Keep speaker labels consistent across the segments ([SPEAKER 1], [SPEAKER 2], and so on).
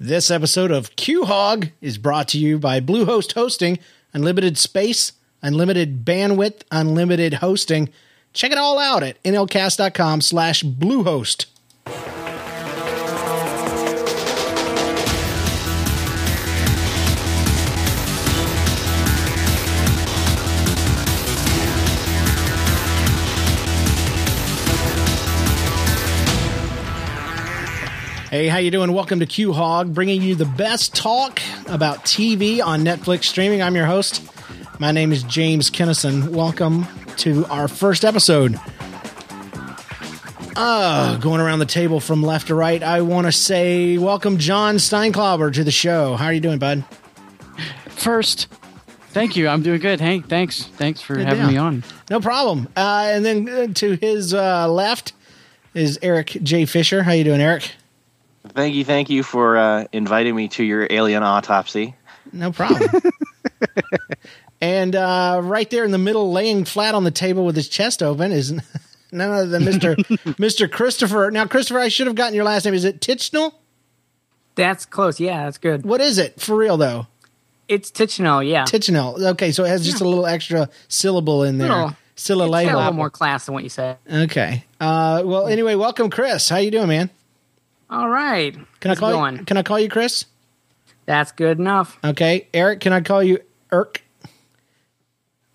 [SPEAKER 1] This episode of Q Hog is brought to you by Bluehost Hosting, unlimited space, unlimited bandwidth, unlimited hosting. Check it all out at nlcast.com slash Bluehost. Hey, how you doing? Welcome to Q Hog, bringing you the best talk about TV on Netflix streaming. I'm your host. My name is James Kennison. Welcome to our first episode. Uh, going around the table from left to right, I want to say welcome John Steinklauber to the show. How are you doing, bud?
[SPEAKER 2] First, thank you. I'm doing good. Hey, thanks. Thanks for having
[SPEAKER 1] deal.
[SPEAKER 2] me on.
[SPEAKER 1] No problem. Uh, and then uh, to his uh, left is Eric J. Fisher. How you doing, Eric?
[SPEAKER 3] Thank you, thank you for uh, inviting me to your alien autopsy.
[SPEAKER 1] No problem. and uh, right there in the middle, laying flat on the table with his chest open, is none other than Mister Mister Christopher. Now, Christopher, I should have gotten your last name. Is it Titchnell?
[SPEAKER 4] That's close. Yeah, that's good.
[SPEAKER 1] What is it for real though?
[SPEAKER 4] Oh. It's Tichinal. Yeah,
[SPEAKER 1] Titchnell. Okay, so it has just a little extra syllable in there.
[SPEAKER 4] Little. It's got a little
[SPEAKER 1] Syllable.
[SPEAKER 4] more class than what you said.
[SPEAKER 1] Okay. Uh, well, anyway, welcome, Chris. How you doing, man?
[SPEAKER 4] All right.
[SPEAKER 1] Can
[SPEAKER 4] How's it
[SPEAKER 1] I call
[SPEAKER 4] going?
[SPEAKER 1] you? Can I call you Chris?
[SPEAKER 4] That's good enough.
[SPEAKER 1] Okay, Eric. Can I call you Irk?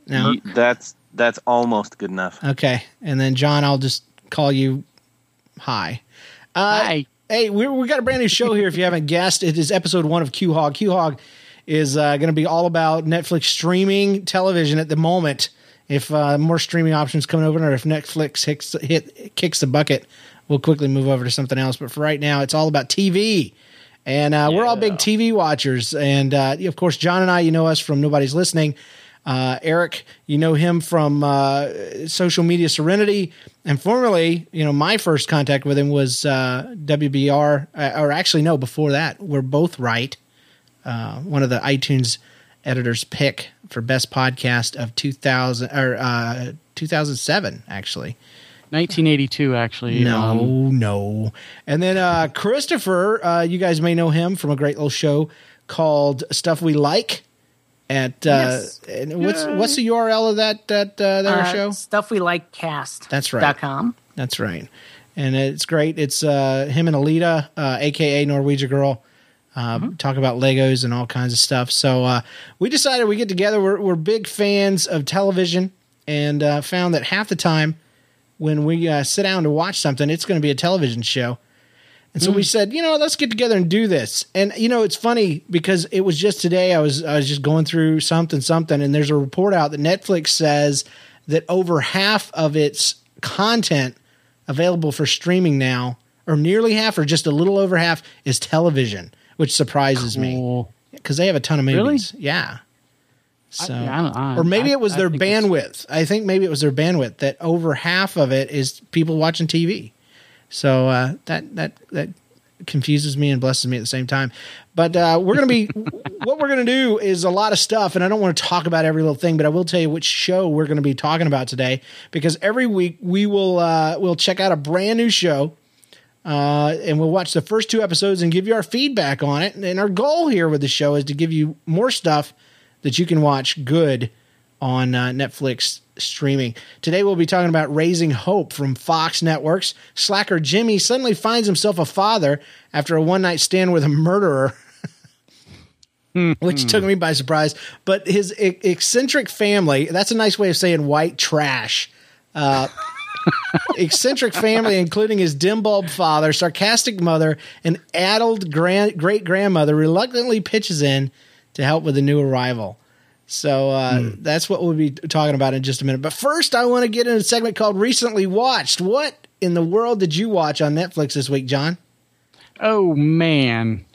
[SPEAKER 1] No.
[SPEAKER 3] You- that's that's almost good enough.
[SPEAKER 1] Okay, and then John, I'll just call you. Hi. Uh,
[SPEAKER 2] Hi.
[SPEAKER 1] Hey, we we got a brand new show here. If you haven't guessed, it is episode one of Q Hog. Q Hog is uh, going to be all about Netflix streaming television at the moment. If uh, more streaming options coming open, or if Netflix hits, hit kicks the bucket, we'll quickly move over to something else. But for right now, it's all about TV, and uh, we're all big TV watchers. And uh, of course, John and I, you know us from Nobody's Listening. Uh, Eric, you know him from uh, social media Serenity, and formerly, you know, my first contact with him was uh, WBR, uh, or actually, no, before that, we're both right. Uh, one of the iTunes editors pick for best podcast of 2000 or uh, 2007, actually.
[SPEAKER 2] 1982, actually.
[SPEAKER 1] No,
[SPEAKER 2] Um,
[SPEAKER 1] no. And then uh, Christopher, uh, you guys may know him from a great little show called Stuff We Like. At uh,
[SPEAKER 4] Yes.
[SPEAKER 1] and what's what's the URL of that that uh, that
[SPEAKER 4] Uh,
[SPEAKER 1] show?
[SPEAKER 4] Stuff we like cast.
[SPEAKER 1] That's right.
[SPEAKER 4] Dot com.
[SPEAKER 1] That's right. And it's great. It's uh, him and Alita, uh, aka Norwegian Girl, uh,
[SPEAKER 4] Mm-hmm.
[SPEAKER 1] talk about Legos and all kinds of stuff. So uh, we decided we get together. We're, we're big fans of television, and uh, found that half the time when we uh, sit down to watch something, it's going to be a television show. And
[SPEAKER 2] Hmm.
[SPEAKER 1] so we said, you know, let's get together and do this. And you know, it's funny because it was just today I was I was just going through something something and there's a report out that Netflix says that over half of its content available for streaming now or nearly half or just a little over half is television, which surprises me
[SPEAKER 2] cool.
[SPEAKER 1] because they have a ton of movies.
[SPEAKER 2] Really?
[SPEAKER 1] Yeah. So
[SPEAKER 2] yeah, I don't- I-
[SPEAKER 1] or maybe
[SPEAKER 2] I-
[SPEAKER 1] it was
[SPEAKER 2] I
[SPEAKER 1] their
[SPEAKER 2] think it's-
[SPEAKER 1] bandwidth. I think maybe it was their bandwidth that over half of it is people watching TV. So uh, that that that confuses me and blesses me at the same time. But uh, we're gonna be what we're gonna do is a lot of stuff, and I don't want to talk about every little thing, but I will tell you which show we're gonna be talking about today because every week we will uh, we'll check out a brand new show. Uh, and we'll watch the first two episodes and give you our feedback on it. And our goal here with the show is to give you more stuff that you can watch good on uh, Netflix streaming. Today we'll be talking about Raising Hope from Fox Networks. Slacker Jimmy suddenly finds himself a father after a one night stand with a murderer. Which took me by surprise, but his e- eccentric family—that's a nice way of saying white trash eccentric family, including his dim bulb father, sarcastic mother, and addled grand, great grandmother, reluctantly pitches in to help with the new arrival. So uh, that's what we'll be talking about in just a minute. But first, I want to get in a segment called Recently Watched. What in the world did you watch on Netflix this week, John?
[SPEAKER 2] Oh man.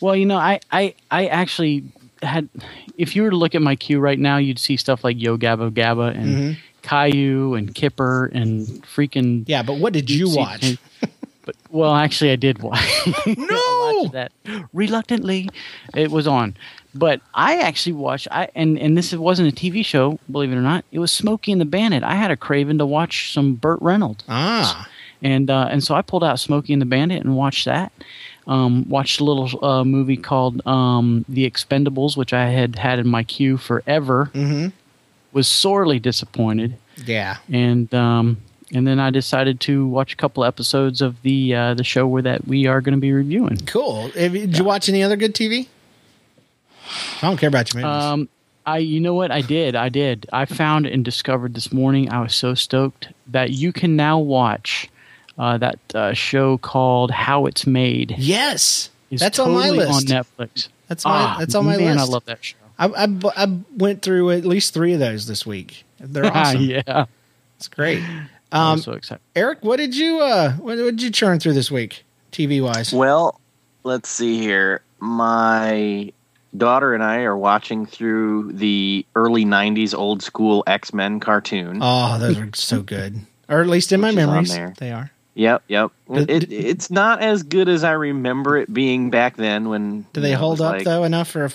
[SPEAKER 2] Well, you know, I I I actually had. If you were to look at my queue right now, you'd see stuff like Yo Gabba Gabba and Caillou and Kipper and freaking.
[SPEAKER 1] Mm-hmm. Yeah, but what did you
[SPEAKER 2] See,
[SPEAKER 1] watch?
[SPEAKER 2] But well, actually, I did watch. I
[SPEAKER 1] No!
[SPEAKER 2] watched that reluctantly. It was on, but I actually watched. I and and this wasn't a TV show, believe it or not. It was Smokey and the Bandit. I had a craving to watch some Burt Reynolds,
[SPEAKER 1] Ah,
[SPEAKER 2] and uh, and so I pulled out Smokey and the Bandit and watched that. Um, watched a little uh, movie called um, The Expendables, which I had had in my queue forever.
[SPEAKER 1] Mhm.
[SPEAKER 2] Was sorely disappointed,
[SPEAKER 1] Yeah.
[SPEAKER 2] and um, and then I decided to watch a couple episodes of the uh, the show where that we are going to be reviewing.
[SPEAKER 1] Cool. Have you- Did you watch any other good TV? I don't care about your movies.
[SPEAKER 2] Um, I, you know what? I did. I did. I found and discovered this morning. I was so stoked that you can now watch uh, that uh, show called How It's Made.
[SPEAKER 1] yes.
[SPEAKER 2] It's
[SPEAKER 1] That's
[SPEAKER 2] totally
[SPEAKER 1] on my list.
[SPEAKER 2] On Netflix. Ah,
[SPEAKER 1] That's my- that's on my
[SPEAKER 2] man,
[SPEAKER 1] list.
[SPEAKER 2] I love that show.
[SPEAKER 1] I, I bu- I went through at least three of those this week. They're awesome.
[SPEAKER 2] Ah, yeah.
[SPEAKER 1] It's great.
[SPEAKER 2] I'm
[SPEAKER 1] Um,
[SPEAKER 2] so excited.
[SPEAKER 1] Eric, what did you uh, what, what did you churn through this week, TV wise?
[SPEAKER 3] Well, let's see here. My daughter and I are watching through the early '90s old school X-Men cartoon.
[SPEAKER 1] Oh, those are so good, or at least in my
[SPEAKER 3] Which is on
[SPEAKER 1] memories,
[SPEAKER 3] there.
[SPEAKER 1] they are.
[SPEAKER 3] Yep, yep.
[SPEAKER 1] Did-
[SPEAKER 3] It, it's not as good as I remember it being back then. When
[SPEAKER 1] Do
[SPEAKER 3] you
[SPEAKER 1] they
[SPEAKER 3] know, it
[SPEAKER 1] hold
[SPEAKER 3] was
[SPEAKER 1] up
[SPEAKER 3] like-
[SPEAKER 1] though enough for a,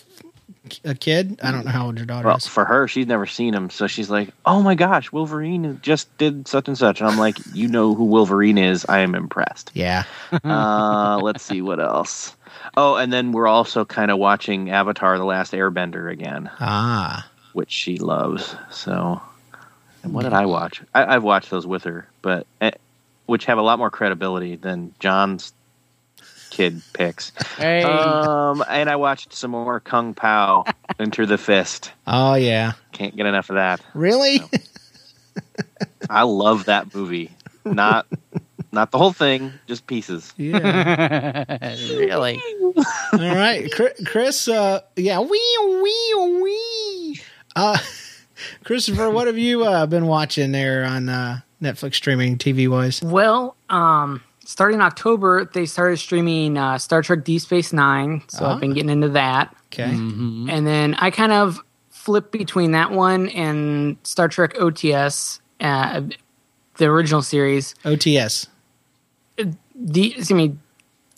[SPEAKER 1] a kid? I don't know how old your daughter
[SPEAKER 3] Well,
[SPEAKER 1] is.
[SPEAKER 3] for her, she's never seen him, so she's like, "Oh my gosh, Wolverine just did such and such," and I'm like, "You know who Wolverine is? I am impressed."
[SPEAKER 1] Yeah,
[SPEAKER 3] Uh, let's see what else. Oh, and then we're also kind of watching Avatar: The Last Airbender again,
[SPEAKER 1] ah,
[SPEAKER 3] which she loves. So, and what did I watch? I, I've watched those with her, but eh, which have a lot more credibility than John's kid picks.
[SPEAKER 2] Hey,
[SPEAKER 3] Um, and I watched some more Kung Pao Enter the Fist.
[SPEAKER 1] oh yeah,
[SPEAKER 3] Can't get enough of that.
[SPEAKER 1] really?
[SPEAKER 3] I love that movie. Not not the whole thing, just pieces.
[SPEAKER 1] yeah.
[SPEAKER 2] really?
[SPEAKER 1] All right, Chri- Chris. Uh, yeah, wee wee wee. Uh, Christopher, what have you uh, been watching there on uh, Netflix streaming TV wise?
[SPEAKER 4] Well, um, starting in October, they started streaming uh, Star Trek Deep Space Nine, so
[SPEAKER 1] Ah.
[SPEAKER 4] I've been getting into that.
[SPEAKER 1] Okay,
[SPEAKER 2] Mhm.
[SPEAKER 4] And then I kind of flip between that one and Star Trek OTS, uh, the original series.
[SPEAKER 1] OTS.
[SPEAKER 4] The, I mean,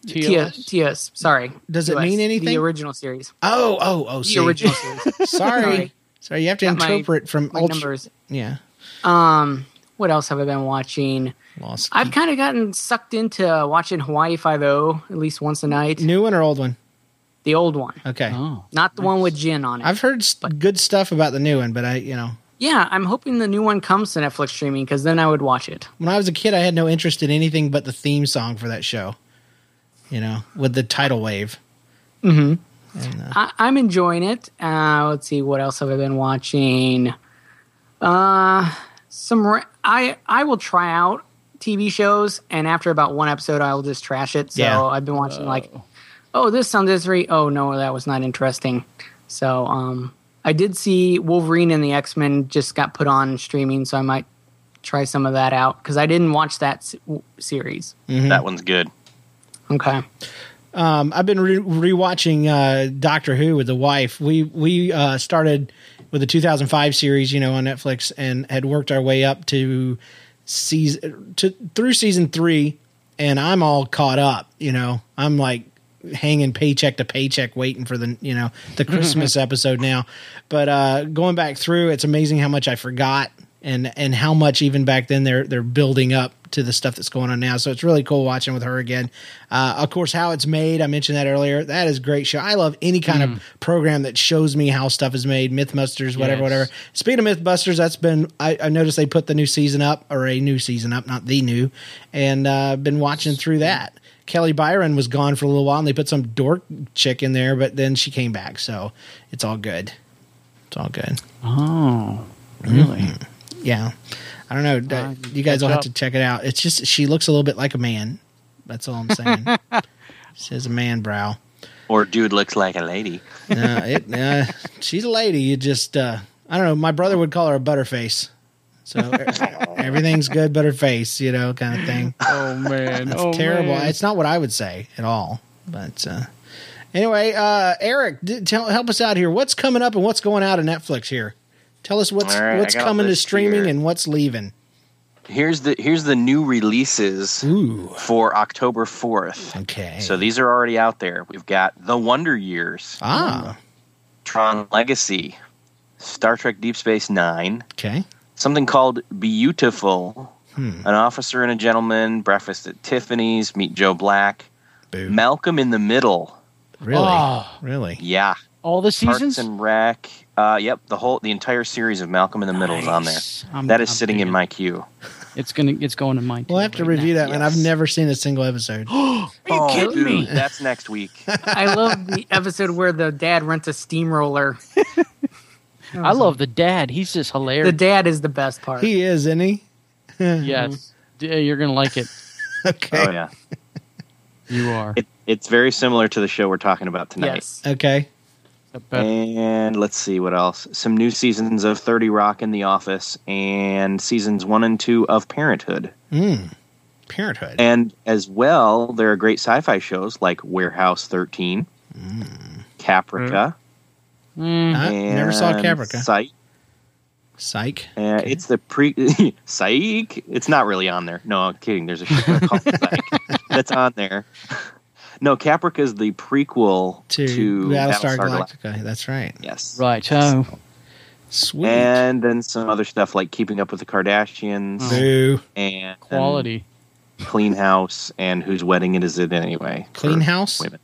[SPEAKER 4] TS.
[SPEAKER 2] TOS?
[SPEAKER 4] TS, sorry.
[SPEAKER 1] Does it
[SPEAKER 4] TOS,
[SPEAKER 1] mean anything?
[SPEAKER 4] The original series.
[SPEAKER 1] Oh, oh, oh.
[SPEAKER 4] The
[SPEAKER 1] see.
[SPEAKER 4] original series.
[SPEAKER 1] Sorry.
[SPEAKER 4] Sorry.
[SPEAKER 1] Sorry, you have to
[SPEAKER 4] Got my-
[SPEAKER 1] interpret from
[SPEAKER 4] Like
[SPEAKER 1] ultra.
[SPEAKER 4] numbers.
[SPEAKER 1] Yeah,
[SPEAKER 4] Um, what else have I been watching?
[SPEAKER 1] lost.
[SPEAKER 4] I've kind of gotten sucked into watching Hawaii Five O at least once a night.
[SPEAKER 1] New one or old one?
[SPEAKER 4] The old one,
[SPEAKER 1] Okay,
[SPEAKER 2] Oh.
[SPEAKER 4] not the one with gin on it.
[SPEAKER 1] I've heard s good stuff about the new one, but I, you know,
[SPEAKER 4] yeah, I'm hoping the new one comes to Netflix streaming because then I would watch it.
[SPEAKER 1] when I was a kid, I had no interest in anything but the theme song for that show. You know, with the tidal wave. Mm-hmm. uh,
[SPEAKER 4] I, I'm enjoying it. Uh, let's see, what else have I been watching? Uh, some ra- I I will try out TV shows, and after about one episode, I will just trash it. So
[SPEAKER 1] Yeah.
[SPEAKER 4] I've been watching like, oh, this sounds interesting. Oh no, that was not interesting. So um, I did see Wolverine and the X Men just got put on streaming, so I might try some of that out because I didn't watch that s- w- series.
[SPEAKER 1] mm-hmm.
[SPEAKER 3] That one's good.
[SPEAKER 4] Okay,
[SPEAKER 1] Um, I've been re- rewatching uh, Doctor Who with the wife. We we uh, started with the 2005 series, you know, on Netflix, and had worked our way up to season to through season three, and I'm all caught up. You know, I'm like hanging paycheck to paycheck, waiting for the you know the Christmas episode now. But uh, going back through, it's amazing how much I forgot, and and how much even back then they're they're building up to the stuff that's going on now. So it's really cool watching with her again. Uh, of course, how it's made. I mentioned that earlier. That is a great show. I love any kind of program that shows me how stuff is made. MythBusters, whatever,
[SPEAKER 2] Yes.
[SPEAKER 1] whatever. Speaking of MythBusters, that's been I, I noticed they put the new season up or a new season up, not the new, and uh, been watching through that. Kelly Byron was gone for a little while, and they put some dork chick in there, but then she came back, so it's all good. It's all good.
[SPEAKER 2] Oh. Really?
[SPEAKER 1] Mm. Yeah, I don't know. That-
[SPEAKER 2] Uh,
[SPEAKER 1] you guys
[SPEAKER 2] catch
[SPEAKER 1] will have
[SPEAKER 2] up.
[SPEAKER 1] to check it out. It's just she looks a little bit like a man. That's all I'm saying. she has a man brow.
[SPEAKER 3] Or dude looks like a lady.
[SPEAKER 1] No, it, uh, she's a lady. You just, uh, I don't know. My brother would call her a butterface. So e- everything's good, butterface, you know, kind of thing.
[SPEAKER 2] Oh man.
[SPEAKER 1] That's
[SPEAKER 2] oh,
[SPEAKER 1] terrible.
[SPEAKER 2] man.
[SPEAKER 1] It's not what I would say at all. But uh, anyway, uh, Eric, d- tell, help us out here. What's coming up and what's going out of Netflix here? Tell us what's
[SPEAKER 3] All right, I
[SPEAKER 1] what's
[SPEAKER 3] got
[SPEAKER 1] coming to
[SPEAKER 3] this
[SPEAKER 1] streaming
[SPEAKER 3] here.
[SPEAKER 1] and what's leaving.
[SPEAKER 3] Here's the here's the new releases
[SPEAKER 1] Ooh,
[SPEAKER 3] for October fourth.
[SPEAKER 1] okay.
[SPEAKER 3] So these are already out there. We've got The Wonder Years,
[SPEAKER 1] ah,
[SPEAKER 3] uh, Tron Legacy, Star Trek Deep Space Nine,
[SPEAKER 1] okay.
[SPEAKER 3] something called Beautiful,
[SPEAKER 1] Hmm.
[SPEAKER 3] An Officer and a Gentleman, Breakfast at Tiffany's, Meet Joe Black,
[SPEAKER 1] Boo.
[SPEAKER 3] Malcolm in the Middle.
[SPEAKER 1] really?
[SPEAKER 3] Ah.
[SPEAKER 2] Oh.
[SPEAKER 1] Really?
[SPEAKER 3] Yeah.
[SPEAKER 2] All the
[SPEAKER 3] Parks
[SPEAKER 2] seasons.
[SPEAKER 3] and Rec. Uh, yep, the whole the entire series of Malcolm in the Middle is on there.
[SPEAKER 2] Nice. I'm-
[SPEAKER 3] that is
[SPEAKER 2] I'm
[SPEAKER 3] sitting in
[SPEAKER 2] digging
[SPEAKER 3] my queue.
[SPEAKER 2] it. It's gonna. It's going to mine.
[SPEAKER 1] We'll
[SPEAKER 2] too
[SPEAKER 1] have to
[SPEAKER 2] right Oh,
[SPEAKER 1] review that, man.
[SPEAKER 3] yes.
[SPEAKER 1] I've never seen a single episode.
[SPEAKER 2] now. Are you kidding
[SPEAKER 3] dude,
[SPEAKER 2] me?
[SPEAKER 3] That's next week.
[SPEAKER 4] I love the episode where the dad rents a steamroller.
[SPEAKER 2] I love the dad. He's just hilarious.
[SPEAKER 4] The dad is the best part.
[SPEAKER 1] he is, isn't he?
[SPEAKER 2] Yes, D- you're gonna like it.
[SPEAKER 1] Okay.
[SPEAKER 3] Oh yeah,
[SPEAKER 2] You are.
[SPEAKER 3] it, it's very similar to the show we're talking about tonight.
[SPEAKER 4] yes.
[SPEAKER 1] Okay.
[SPEAKER 2] Except better.
[SPEAKER 3] And let's see what else. Some new seasons of Thirty Rock and The Office, and seasons one and two of Parenthood.
[SPEAKER 1] Mm. Parenthood.
[SPEAKER 3] And as well, there are great sci-fi shows like Warehouse 13, Caprica,
[SPEAKER 2] Mm.
[SPEAKER 1] Hmm. I never saw
[SPEAKER 3] and
[SPEAKER 1] Caprica.
[SPEAKER 3] Psych.
[SPEAKER 1] Psych.
[SPEAKER 3] Uh, It's the pre psych. It's not really on there. No, I'm kidding. There's a show called Psych that's on there. No, Caprica is the prequel
[SPEAKER 1] To,
[SPEAKER 3] to,
[SPEAKER 1] Battlestar,
[SPEAKER 3] Galactica.
[SPEAKER 1] Galactica. That's right.
[SPEAKER 3] Yes,
[SPEAKER 2] Right. Oh,
[SPEAKER 1] Sweet.
[SPEAKER 3] And then some other stuff like Keeping Up with the Kardashians
[SPEAKER 1] Boo.
[SPEAKER 3] and
[SPEAKER 2] Mm. quality.
[SPEAKER 3] Clean House, and Whose Wedding It Is It Anyway?
[SPEAKER 1] Clean
[SPEAKER 3] for
[SPEAKER 1] House?
[SPEAKER 3] women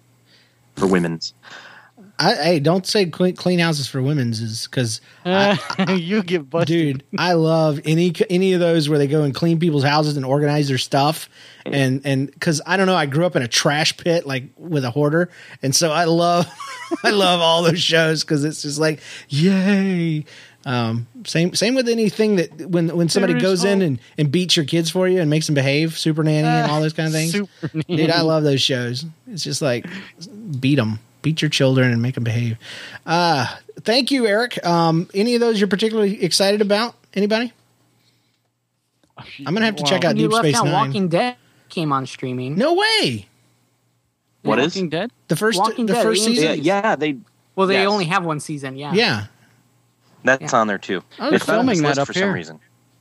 [SPEAKER 3] for women's.
[SPEAKER 1] I, hey, don't say clean, clean houses for women's is because
[SPEAKER 2] you get busted.
[SPEAKER 1] dude, I love any any of those where they go and clean people's houses and organize their stuff, and and because I don't know, I grew up in a trash pit like with a hoarder, and so I love I love all those shows because it's just like yay. Um, same same with anything that when when somebody
[SPEAKER 2] There is
[SPEAKER 1] goes in
[SPEAKER 2] hope.
[SPEAKER 1] and and beats your kids for you and makes them behave, super nanny and all those kind of things.
[SPEAKER 2] Super
[SPEAKER 1] Dude, I love those shows. It's just like beat them, beat your children, and make them behave. Uh, thank you, Eric. Um, any of those you're particularly excited about? Anybody? I'm gonna have to check out
[SPEAKER 4] When you
[SPEAKER 1] Deep
[SPEAKER 4] left
[SPEAKER 1] Space
[SPEAKER 4] out,
[SPEAKER 1] Nine.
[SPEAKER 4] Walking Dead came on streaming.
[SPEAKER 1] no way.
[SPEAKER 3] What is?
[SPEAKER 2] Walking Dead.
[SPEAKER 1] The first,
[SPEAKER 4] Walking
[SPEAKER 1] the
[SPEAKER 4] Dead,
[SPEAKER 1] first
[SPEAKER 4] AMC.
[SPEAKER 3] Yeah,
[SPEAKER 1] season.
[SPEAKER 3] yeah, they
[SPEAKER 4] Well, they
[SPEAKER 3] Yes.
[SPEAKER 4] only have one season. Yeah.
[SPEAKER 1] Yeah.
[SPEAKER 3] that's on there too.
[SPEAKER 1] I was
[SPEAKER 3] It's not on this
[SPEAKER 2] filming that
[SPEAKER 3] list
[SPEAKER 2] up
[SPEAKER 3] for
[SPEAKER 2] here.
[SPEAKER 3] some reason.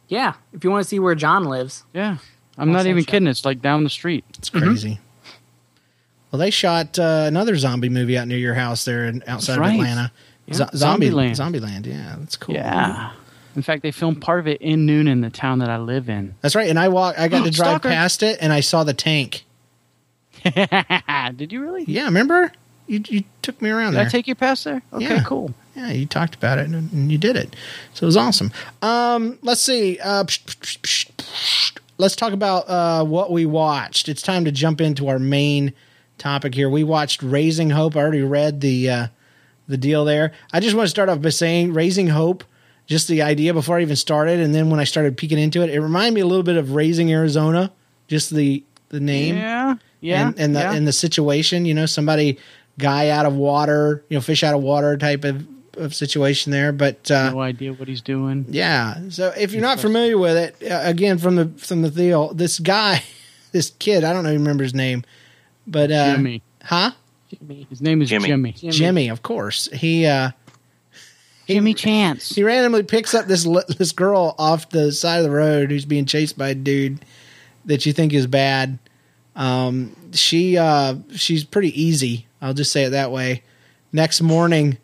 [SPEAKER 4] Yeah. If you want to see where John lives,
[SPEAKER 2] Yeah, I'm
[SPEAKER 4] Awesome
[SPEAKER 2] not even
[SPEAKER 4] show.
[SPEAKER 2] kidding. It's like down the street.
[SPEAKER 1] It's crazy. Well, they shot uh, another zombie movie out near your house there, in, outside
[SPEAKER 2] right.
[SPEAKER 1] of Atlanta.
[SPEAKER 2] Yeah,
[SPEAKER 1] Zo- zombie
[SPEAKER 2] Zombieland.
[SPEAKER 1] Zombieland. Yeah, that's cool.
[SPEAKER 2] Yeah. In fact, they filmed part of it in Noon in the town that I live in.
[SPEAKER 1] that's right. And I walk. I got to drive
[SPEAKER 2] Stalker.
[SPEAKER 1] past it, and I saw the tank.
[SPEAKER 2] Did you really?
[SPEAKER 1] Yeah, remember? You you took me around
[SPEAKER 2] Did
[SPEAKER 1] there.
[SPEAKER 2] I take you past there? Okay,
[SPEAKER 1] Yeah.
[SPEAKER 2] cool.
[SPEAKER 1] yeah, you talked about it and, and you did it. So it was awesome. Um, let's see. Uh, psh, psh, psh, psh, psh. let's talk about uh, what we watched. It's time to jump into our main topic here. We watched Raising Hope. I already read the uh, the deal there. I just want to start off by saying Raising Hope. Just the idea before I even started, and then when I started peeking into it, it reminded me a little bit of Raising Arizona. Just the the name
[SPEAKER 2] Yeah, yeah,
[SPEAKER 1] and, and the
[SPEAKER 2] yeah.
[SPEAKER 1] and the situation. You know, somebody guy out of water, you know, fish out of water type of, of situation there. But uh,
[SPEAKER 2] no idea what he's doing.
[SPEAKER 1] yeah, so if you're not familiar with it, uh, again from the from the deal, this guy, this kid, I don't know, remember his name, but uh,
[SPEAKER 2] Jimmy.
[SPEAKER 1] huh?
[SPEAKER 4] Jimmy.
[SPEAKER 2] His name is
[SPEAKER 3] Jimmy.
[SPEAKER 2] Jimmy. Jimmy,
[SPEAKER 1] Jimmy, of course. He uh,
[SPEAKER 2] Chance.
[SPEAKER 1] he randomly picks up this li- this girl off the side of the road who's being chased by a dude that you think is bad. Um, she uh, she's pretty easy. I'll just say it that way. Next morning,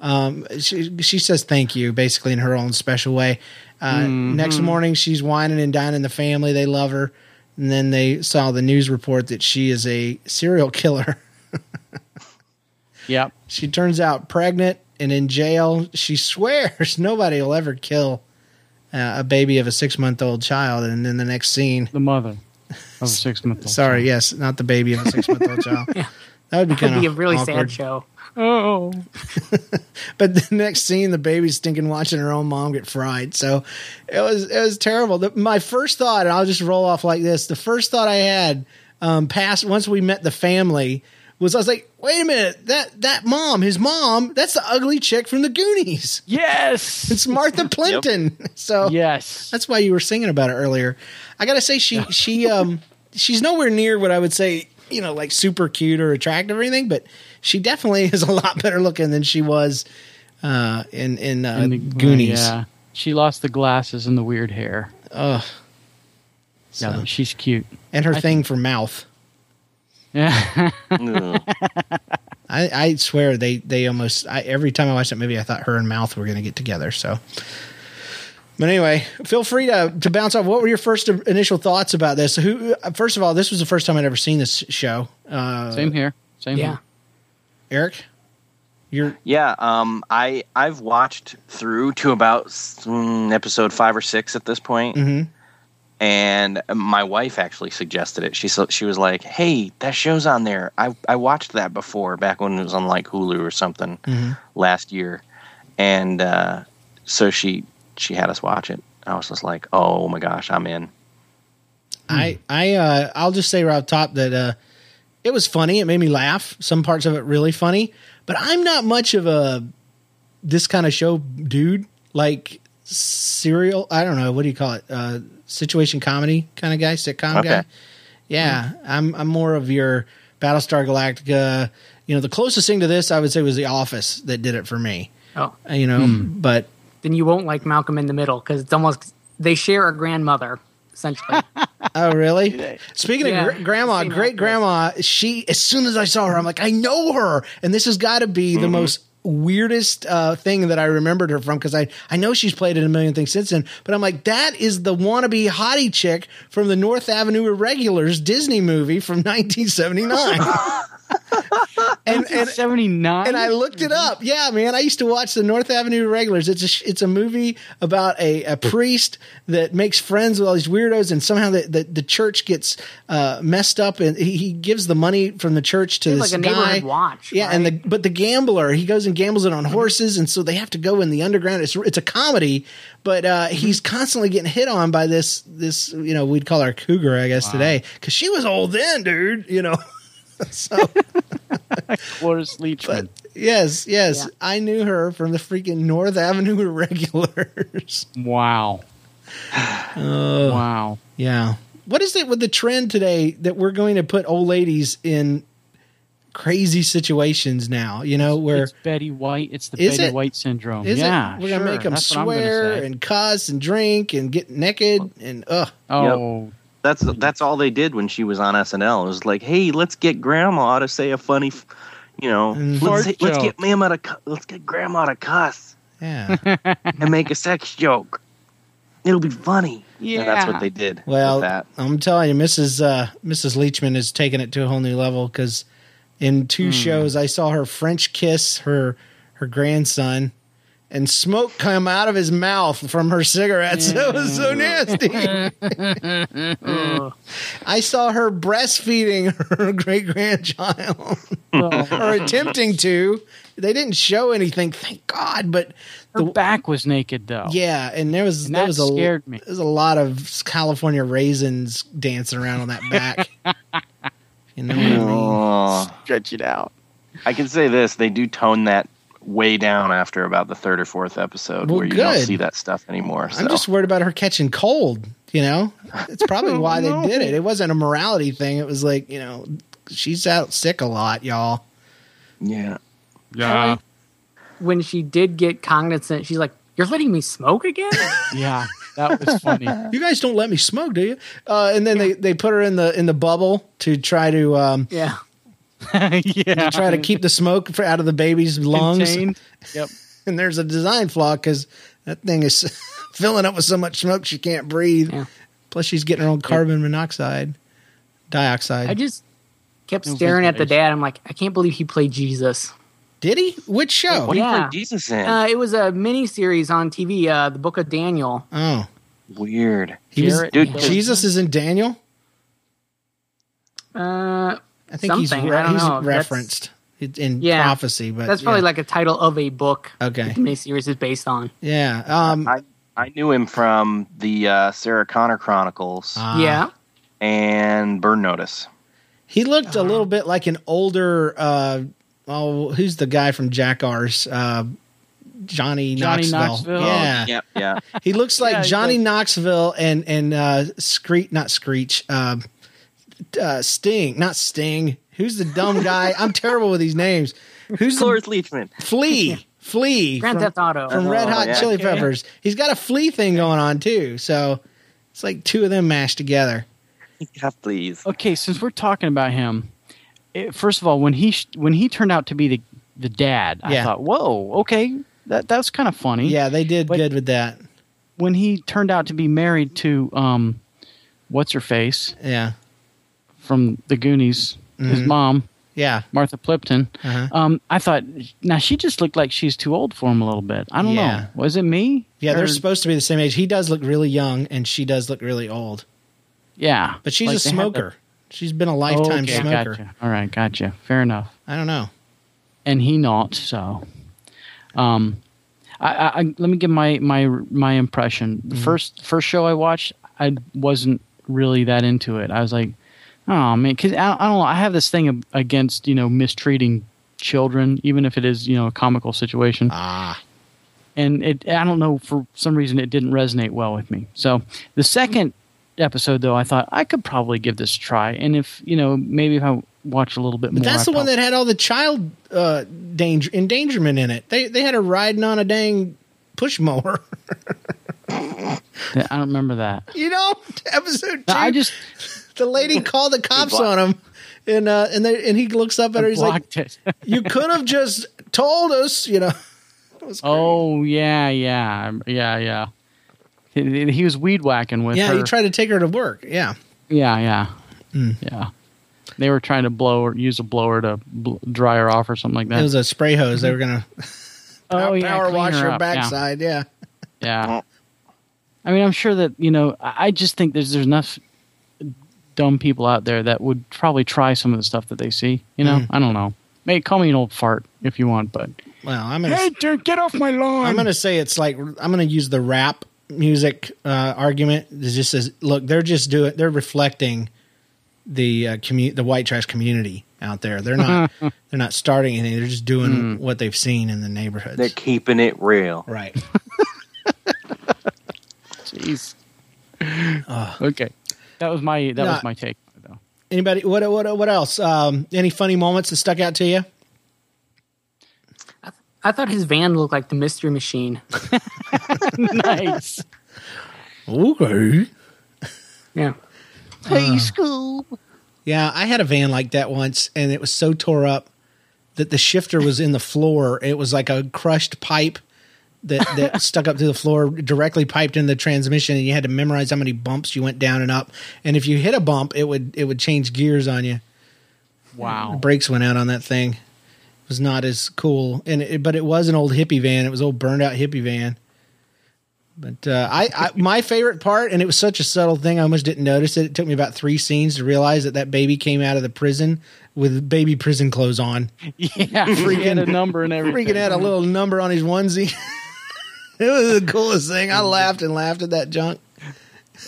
[SPEAKER 1] um, she she says thank you basically in her own special way. Uh, Next morning, she's whining and dining the family. They love her, and then they saw the news report that she is a serial killer.
[SPEAKER 2] Yep.
[SPEAKER 1] She turns out pregnant and in jail. She swears nobody will ever kill uh, a baby of a six month old child. And then the next scene,
[SPEAKER 2] The mother of a six month old.
[SPEAKER 1] sorry, yes, not the baby of a six month old child. That would be kind
[SPEAKER 4] It'd
[SPEAKER 1] of
[SPEAKER 4] be a really
[SPEAKER 1] awkward.
[SPEAKER 4] sad show.
[SPEAKER 2] Oh.
[SPEAKER 1] But the next scene, the baby's stinking watching her own mom get fried. So it was it was terrible. The, my first thought, and I'll just roll off like this. The first thought I had um, past once we met the family was I was like, wait a minute, that that mom, his mom, that's the ugly chick from the Goonies.
[SPEAKER 2] Yes.
[SPEAKER 1] It's Martha Plimpton. So
[SPEAKER 2] yes.
[SPEAKER 1] that's why you were singing about it earlier. I gotta say she she um she's nowhere near what I would say you know like super cute or attractive or anything, but she definitely is a lot better looking than she was uh, in in, uh,
[SPEAKER 2] And the-
[SPEAKER 1] Goonies.
[SPEAKER 2] Yeah. She lost the glasses and the weird hair.
[SPEAKER 1] So-
[SPEAKER 2] Yeah, she's cute.
[SPEAKER 1] and her thing for mouth. Uh,
[SPEAKER 2] Yeah.
[SPEAKER 3] Ugh.
[SPEAKER 1] I, I swear they they almost I, every time I watched that movie I thought her and Mouth were going to get together. So But anyway, feel free to, to bounce off. What were your first initial thoughts about this? Who, first of all, this was the first time I'd ever seen this show. Uh,
[SPEAKER 2] Same here. Same
[SPEAKER 4] Yeah.
[SPEAKER 2] here.
[SPEAKER 1] Eric, you're
[SPEAKER 3] Yeah, um, I I've watched through to about mm, episode five or six at this point,
[SPEAKER 2] Mm.
[SPEAKER 1] Mhm.
[SPEAKER 3] and my wife actually suggested it. She so, she was like, "Hey, that show's on there. I I watched that before back when it was on like Hulu or something
[SPEAKER 1] mm-hmm.
[SPEAKER 3] last year," and uh, so she she had us watch it. I was just like, "Oh my gosh, I'm in."
[SPEAKER 1] I I uh, I'll just say right off top that uh, it was funny. It made me laugh. Some parts of it really funny, but I'm not much of a this kind of show dude. Like serial, I don't know what do you call it? Uh, situation comedy kind of guy, sitcom
[SPEAKER 3] Okay.
[SPEAKER 1] guy. Yeah, I'm I'm more of your Battlestar Galactica. You know, the closest thing to this I would say was The Office that did it for me.
[SPEAKER 4] Oh,
[SPEAKER 1] Uh, You know, but
[SPEAKER 4] then you won't like Malcolm in the Middle because it's almost they share a grandmother essentially.
[SPEAKER 1] Oh, really? Speaking
[SPEAKER 4] Yeah.
[SPEAKER 1] of gr- grandma,
[SPEAKER 4] Seen that
[SPEAKER 1] great grandma, she, as soon as I saw her, I'm like, I know her. And this has got to be the most weirdest uh, thing that I remembered her from because I, I know she's played in a million things since then. But I'm like, that is the wannabe hottie chick from the North Avenue Irregulars Disney movie from 1979. and, and,
[SPEAKER 2] 79.
[SPEAKER 1] and I looked it up. Yeah, man, I used to watch the North Avenue Regulars. It's a sh- it's a movie about a, a priest that makes friends with all these weirdos, and somehow the the, the church gets uh, messed up, and he, he gives the money from the church to
[SPEAKER 4] It's
[SPEAKER 1] this
[SPEAKER 4] like a
[SPEAKER 1] guy.
[SPEAKER 4] neighborhood watch, Mm-hmm.
[SPEAKER 1] yeah, and the but the gambler he goes and gambles it on horses, and so they have to go in the underground. It's it's a comedy, but uh,
[SPEAKER 4] Mm-hmm.
[SPEAKER 1] he's constantly getting hit on by this this you know we'd call her cougar, I guess today, because she was old then, dude. You know, so.
[SPEAKER 2] Cloris Leachman.
[SPEAKER 1] Yes, yes.
[SPEAKER 4] Yeah.
[SPEAKER 1] I knew her from the freaking North Avenue Irregulars.
[SPEAKER 2] Wow. wow.
[SPEAKER 1] yeah. What is it with the trend today that we're going to put old ladies in crazy situations now? You know, where
[SPEAKER 2] It's Betty White. It's the
[SPEAKER 1] Is
[SPEAKER 2] Betty
[SPEAKER 1] it?
[SPEAKER 2] White syndrome.
[SPEAKER 1] is
[SPEAKER 2] yeah,
[SPEAKER 1] it? We're going to
[SPEAKER 2] sure.
[SPEAKER 1] make them
[SPEAKER 2] That's what I'm gonna
[SPEAKER 1] swear
[SPEAKER 2] say.
[SPEAKER 1] and cuss and drink and get naked and ugh.
[SPEAKER 2] oh,
[SPEAKER 3] That's that's all they did when she was on SNL. It was like, hey, let's get grandma to say a funny, f- you know,
[SPEAKER 2] Fart
[SPEAKER 1] Mm,
[SPEAKER 3] let's, say- let's
[SPEAKER 2] joke.
[SPEAKER 3] get mama to cu- let's get grandma to cuss
[SPEAKER 1] Yeah.
[SPEAKER 3] and make a sex joke. It'll be funny.
[SPEAKER 2] Yeah.
[SPEAKER 3] and that's what they did.
[SPEAKER 1] Well,
[SPEAKER 3] with that
[SPEAKER 1] I'm telling you, Mrs. Uh, Mrs. Leachman is taking it to a whole new level because in two
[SPEAKER 3] Hmm.
[SPEAKER 1] shows I saw her French kiss her her grandson, and smoke come out of his mouth from her cigarettes. That was
[SPEAKER 3] Hmm.
[SPEAKER 1] so nasty.
[SPEAKER 4] Ugh.
[SPEAKER 1] I saw her breastfeeding her great grandchild
[SPEAKER 2] Well,
[SPEAKER 1] or attempting to. They didn't show anything, thank God. But
[SPEAKER 2] her back was naked though.
[SPEAKER 3] Oh.
[SPEAKER 1] yeah, and there was
[SPEAKER 2] And
[SPEAKER 1] there
[SPEAKER 2] that
[SPEAKER 1] was a
[SPEAKER 2] scared me.
[SPEAKER 1] there was a lot of California raisins dancing around on that back. you know what I mean?
[SPEAKER 3] Oh.
[SPEAKER 2] Stretch it out.
[SPEAKER 3] I can say this: they do tone that way down after about the third or fourth episode,
[SPEAKER 1] Well,
[SPEAKER 3] where you don't
[SPEAKER 1] good.
[SPEAKER 3] see that stuff anymore. So.
[SPEAKER 1] I'm just worried about her catching cold. You know, it's probably why
[SPEAKER 2] no.
[SPEAKER 1] they did it. It wasn't a morality thing. It was like you know, she's out sick a lot, y'all.
[SPEAKER 3] yeah.
[SPEAKER 2] Yeah.
[SPEAKER 4] when she did get cognizant, she's like, "You're letting me smoke again."
[SPEAKER 2] Yeah. That was funny.
[SPEAKER 1] You guys don't let me smoke, do you? Uh, and then they, they put her in the in the bubble to try to um,
[SPEAKER 4] yeah,
[SPEAKER 2] yeah.
[SPEAKER 1] try to keep the smoke for, out of the baby's lungs.
[SPEAKER 2] Contained. Yep.
[SPEAKER 1] and there's a design flaw because that thing is filling up with so much smoke she can't breathe.
[SPEAKER 4] Yeah.
[SPEAKER 1] Plus, she's getting her own carbon monoxide, dioxide.
[SPEAKER 4] I just kept
[SPEAKER 2] No
[SPEAKER 4] staring at the
[SPEAKER 2] ventilation.
[SPEAKER 4] dad. I'm like, I can't believe he played Jesus.
[SPEAKER 1] Did he? Which show?
[SPEAKER 3] What do you
[SPEAKER 4] Yeah.
[SPEAKER 3] play Jesus in?
[SPEAKER 4] Uh, it was a mini series on TV, uh, the Book of Daniel.
[SPEAKER 1] oh,
[SPEAKER 3] Weird.
[SPEAKER 1] he was.
[SPEAKER 2] Garrett
[SPEAKER 3] Dude,
[SPEAKER 2] Hedges.
[SPEAKER 1] Jesus is in Daniel.
[SPEAKER 4] Uh,
[SPEAKER 1] I think he's
[SPEAKER 4] Something,
[SPEAKER 1] re-
[SPEAKER 4] I don't
[SPEAKER 1] he's
[SPEAKER 4] know. That's-
[SPEAKER 1] referenced in
[SPEAKER 4] Yeah.
[SPEAKER 1] prophecy, but
[SPEAKER 4] that's probably
[SPEAKER 1] yeah.
[SPEAKER 4] like a title of a book.
[SPEAKER 1] Okay.
[SPEAKER 4] that The miniseries is based on.
[SPEAKER 1] yeah. Um,
[SPEAKER 3] I I knew him from the uh, Sarah Connor Chronicles
[SPEAKER 1] ah.
[SPEAKER 4] yeah,
[SPEAKER 3] and Burn Notice.
[SPEAKER 1] he looked a little bit like an older. Uh, oh, who's the guy from Jackass? Uh, Johnny,
[SPEAKER 2] Johnny
[SPEAKER 1] Knoxville.
[SPEAKER 2] Knoxville.
[SPEAKER 1] Yeah.
[SPEAKER 3] Yep. Oh, Yeah.
[SPEAKER 1] He looks like
[SPEAKER 2] Yeah, he's
[SPEAKER 1] Johnny
[SPEAKER 2] like-
[SPEAKER 1] Knoxville and and uh, Screech, not Screech, uh, uh, Sting, not Sting. Who's the dumb guy? I'm terrible with these names. Who's the
[SPEAKER 3] Cloris Leachman.
[SPEAKER 1] flea? Flea
[SPEAKER 4] Grand
[SPEAKER 1] from,
[SPEAKER 4] Theft Auto.
[SPEAKER 1] from Red
[SPEAKER 3] Oh,
[SPEAKER 1] Hot
[SPEAKER 3] yeah.
[SPEAKER 1] Chili
[SPEAKER 2] Okay.
[SPEAKER 1] Peppers. He's got a flea thing going on too. So it's like two of them mashed together.
[SPEAKER 3] Yeah, please.
[SPEAKER 2] Okay. Since we're talking about him, it, first of all, when he sh- when he turned out to be the the dad,
[SPEAKER 1] Yeah.
[SPEAKER 3] Hmm?
[SPEAKER 2] I thought, whoa, okay, that that's kind of funny.
[SPEAKER 1] Yeah, they did
[SPEAKER 2] But-
[SPEAKER 1] good with that.
[SPEAKER 2] when he turned out to be married to um, what's her face
[SPEAKER 1] Yeah.
[SPEAKER 2] from the Goonies,
[SPEAKER 1] Mm-hmm.
[SPEAKER 2] his mom
[SPEAKER 1] Yeah.
[SPEAKER 2] Martha Plipton.
[SPEAKER 1] Uh-huh.
[SPEAKER 2] Um, I thought now she just looked like she's too old for him a little bit. I don't
[SPEAKER 1] Yeah.
[SPEAKER 2] know. Was it me?
[SPEAKER 1] Yeah, they're
[SPEAKER 2] Or-
[SPEAKER 1] supposed to be the same age. He does look really young, and she does look really old.
[SPEAKER 2] yeah,
[SPEAKER 1] But she's
[SPEAKER 2] Like,
[SPEAKER 1] a
[SPEAKER 2] they had
[SPEAKER 1] smoker.
[SPEAKER 2] that-
[SPEAKER 1] She's been a lifetime
[SPEAKER 2] Okay,
[SPEAKER 1] smoker.
[SPEAKER 2] Gotcha. All right, gotcha. Fair enough.
[SPEAKER 1] I don't know.
[SPEAKER 2] and he not so um I, I, I let me give my my my impression
[SPEAKER 1] Mm-hmm.
[SPEAKER 2] the first first show i watched i wasn't really that into it i was like oh man because I, I don't know i have this thing ab- against you know mistreating children even if it is you know a comical situation
[SPEAKER 1] Ah.
[SPEAKER 2] and it i don't know for some reason it didn't resonate well with me so the second episode though i thought i could probably give this a try and if you know maybe if i watch a little bit
[SPEAKER 1] But
[SPEAKER 2] more
[SPEAKER 1] that's
[SPEAKER 2] I
[SPEAKER 1] the one
[SPEAKER 2] probably-
[SPEAKER 1] that had all the child uh, danger endangerment in it. They they had her riding on a dang push mower.
[SPEAKER 2] i don't remember that
[SPEAKER 1] you know, episode two.
[SPEAKER 2] No, i just
[SPEAKER 1] the lady called the cops on
[SPEAKER 3] blocked-
[SPEAKER 1] him, and uh, and they, and he looks up at her. He's like,
[SPEAKER 2] blocked it
[SPEAKER 1] "You could have just told us," you know.
[SPEAKER 2] Oh yeah, yeah, I'm- yeah, yeah. He, he was weed whacking with
[SPEAKER 1] Yeah,
[SPEAKER 2] her.
[SPEAKER 1] he tried Hmm. to take her to work. Yeah,
[SPEAKER 2] yeah, yeah, yeah. They were trying to blow or use a blower to bl- dry her off or something like that.
[SPEAKER 1] it was a spray hose. They were gonna
[SPEAKER 2] oh yeah,
[SPEAKER 1] power
[SPEAKER 2] clean
[SPEAKER 1] wash her,
[SPEAKER 2] up,
[SPEAKER 1] backside. Yeah.
[SPEAKER 2] Yeah. yeah. I mean, I'm sure that you know. I I just think there's there's enough dumb people out there that would probably try some of the stuff that they see. You
[SPEAKER 1] Mm.
[SPEAKER 2] know, I don't know. May call me an old fart if you want, but
[SPEAKER 1] Well, I'm gonna
[SPEAKER 2] dude, get off my lawn!
[SPEAKER 1] I'm gonna say it's like I'm gonna use the rap music uh, argument. It just says, look, they're just doing they're reflecting the uh, commu- the white trash community out there. They're not they're not starting anything. They're just doing what they've seen in the neighborhoods.
[SPEAKER 3] They're keeping it real.
[SPEAKER 1] right.
[SPEAKER 2] Jeez. okay, that was my that
[SPEAKER 1] No.
[SPEAKER 2] was my take though.
[SPEAKER 1] Anybody? What what what else? Um, any funny moments that stuck out to you?
[SPEAKER 4] I thought his van looked like the Mystery Machine.
[SPEAKER 2] nice.
[SPEAKER 1] Okay.
[SPEAKER 4] Yeah.
[SPEAKER 2] Hey, Scoob.
[SPEAKER 1] Yeah, I had a van like that once, and it was so tore up that the shifter was in the floor. It was like a crushed pipe that that stuck up to the floor, directly piped into the transmission, and you had to memorize how many bumps you went down and up. And if you hit a bump, it would it would change gears on you. The
[SPEAKER 2] Wow.
[SPEAKER 1] brakes went out on that thing. It was not as cool, and it, but it was an old hippie van. It was an old burned out hippie van. But uh, I, I, my favorite part, and it was such a subtle thing, I almost didn't notice it. It took me about three scenes to realize that that baby came out of the prison with baby prison clothes on.
[SPEAKER 2] Yeah, freaking a number and everything.
[SPEAKER 1] Freaking had a little number on his onesie. it was the coolest thing. I laughed and laughed at that junk.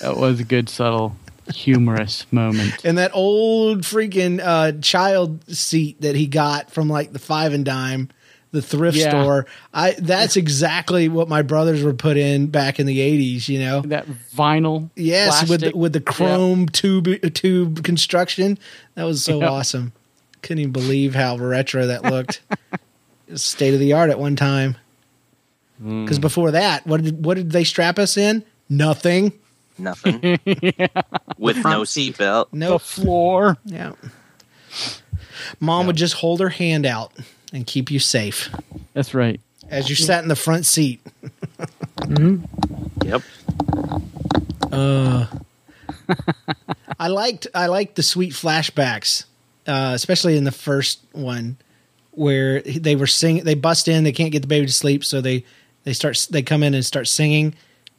[SPEAKER 2] That was a good, subtle, humorous moment.
[SPEAKER 1] and that old freaking uh, child seat that he got from like the five and dime the thrift
[SPEAKER 2] Yeah.
[SPEAKER 1] store i that's exactly what my brothers were put in back in the 80s you know
[SPEAKER 2] That vinyl.
[SPEAKER 1] yes with
[SPEAKER 2] plastic.
[SPEAKER 1] the, with the chrome tube tube construction that was so
[SPEAKER 2] Yeah.
[SPEAKER 1] awesome couldn't even believe how retro that looked It was state of the art at one time
[SPEAKER 2] Mm.
[SPEAKER 1] because before that what did what did they strap us in nothing
[SPEAKER 3] Nothing. With no
[SPEAKER 4] Front seat.
[SPEAKER 3] seatbelt.
[SPEAKER 1] no
[SPEAKER 2] the floor.
[SPEAKER 1] Yeah. Mom would just hold her hand out and keep you safe
[SPEAKER 2] That's right.
[SPEAKER 1] as you sat in the front seat.
[SPEAKER 4] Mm-hmm.
[SPEAKER 3] Yep.
[SPEAKER 2] Uh.
[SPEAKER 1] I liked I liked the sweet flashbacks, uh, especially in the first one where they were singing. They bust in. They can't get the baby to sleep, so they they start they come in and start singing.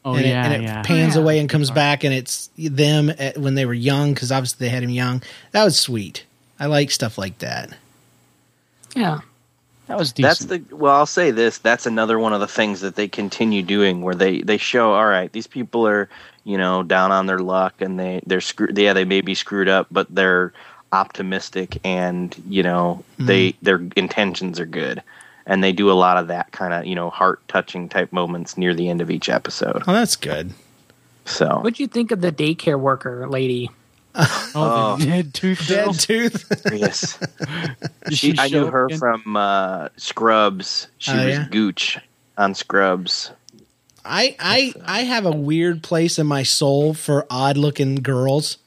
[SPEAKER 2] Oh
[SPEAKER 1] and
[SPEAKER 2] yeah,
[SPEAKER 1] it, and it
[SPEAKER 2] yeah.
[SPEAKER 1] pans away and comes back, and it's them at, when they were young because obviously they had him young. That was sweet. I like stuff like that.
[SPEAKER 4] Yeah.
[SPEAKER 2] that was decent.
[SPEAKER 3] That's the well. I'll say this. That's another one of the things that they continue doing, where they they show. All right, these people are you know down on their luck, and they they're screwed. Yeah, they may be screwed up, but they're optimistic, and you know they their intentions are good, and they do a lot of that kind of you know heart touching type moments near the end of each episode.
[SPEAKER 1] Oh, that's good.
[SPEAKER 3] So
[SPEAKER 4] What'd you think of the daycare worker lady?
[SPEAKER 2] oh, the dead tooth.
[SPEAKER 1] Dead
[SPEAKER 2] girl.
[SPEAKER 1] tooth.
[SPEAKER 3] yes,
[SPEAKER 2] Did
[SPEAKER 3] she, I
[SPEAKER 2] show
[SPEAKER 3] knew
[SPEAKER 2] up
[SPEAKER 3] her
[SPEAKER 2] again?
[SPEAKER 3] from uh, Scrubs. She
[SPEAKER 1] Oh,
[SPEAKER 3] was
[SPEAKER 1] yeah?
[SPEAKER 3] Gooch on Scrubs.
[SPEAKER 1] I I I have a weird place in my soul for odd looking girls.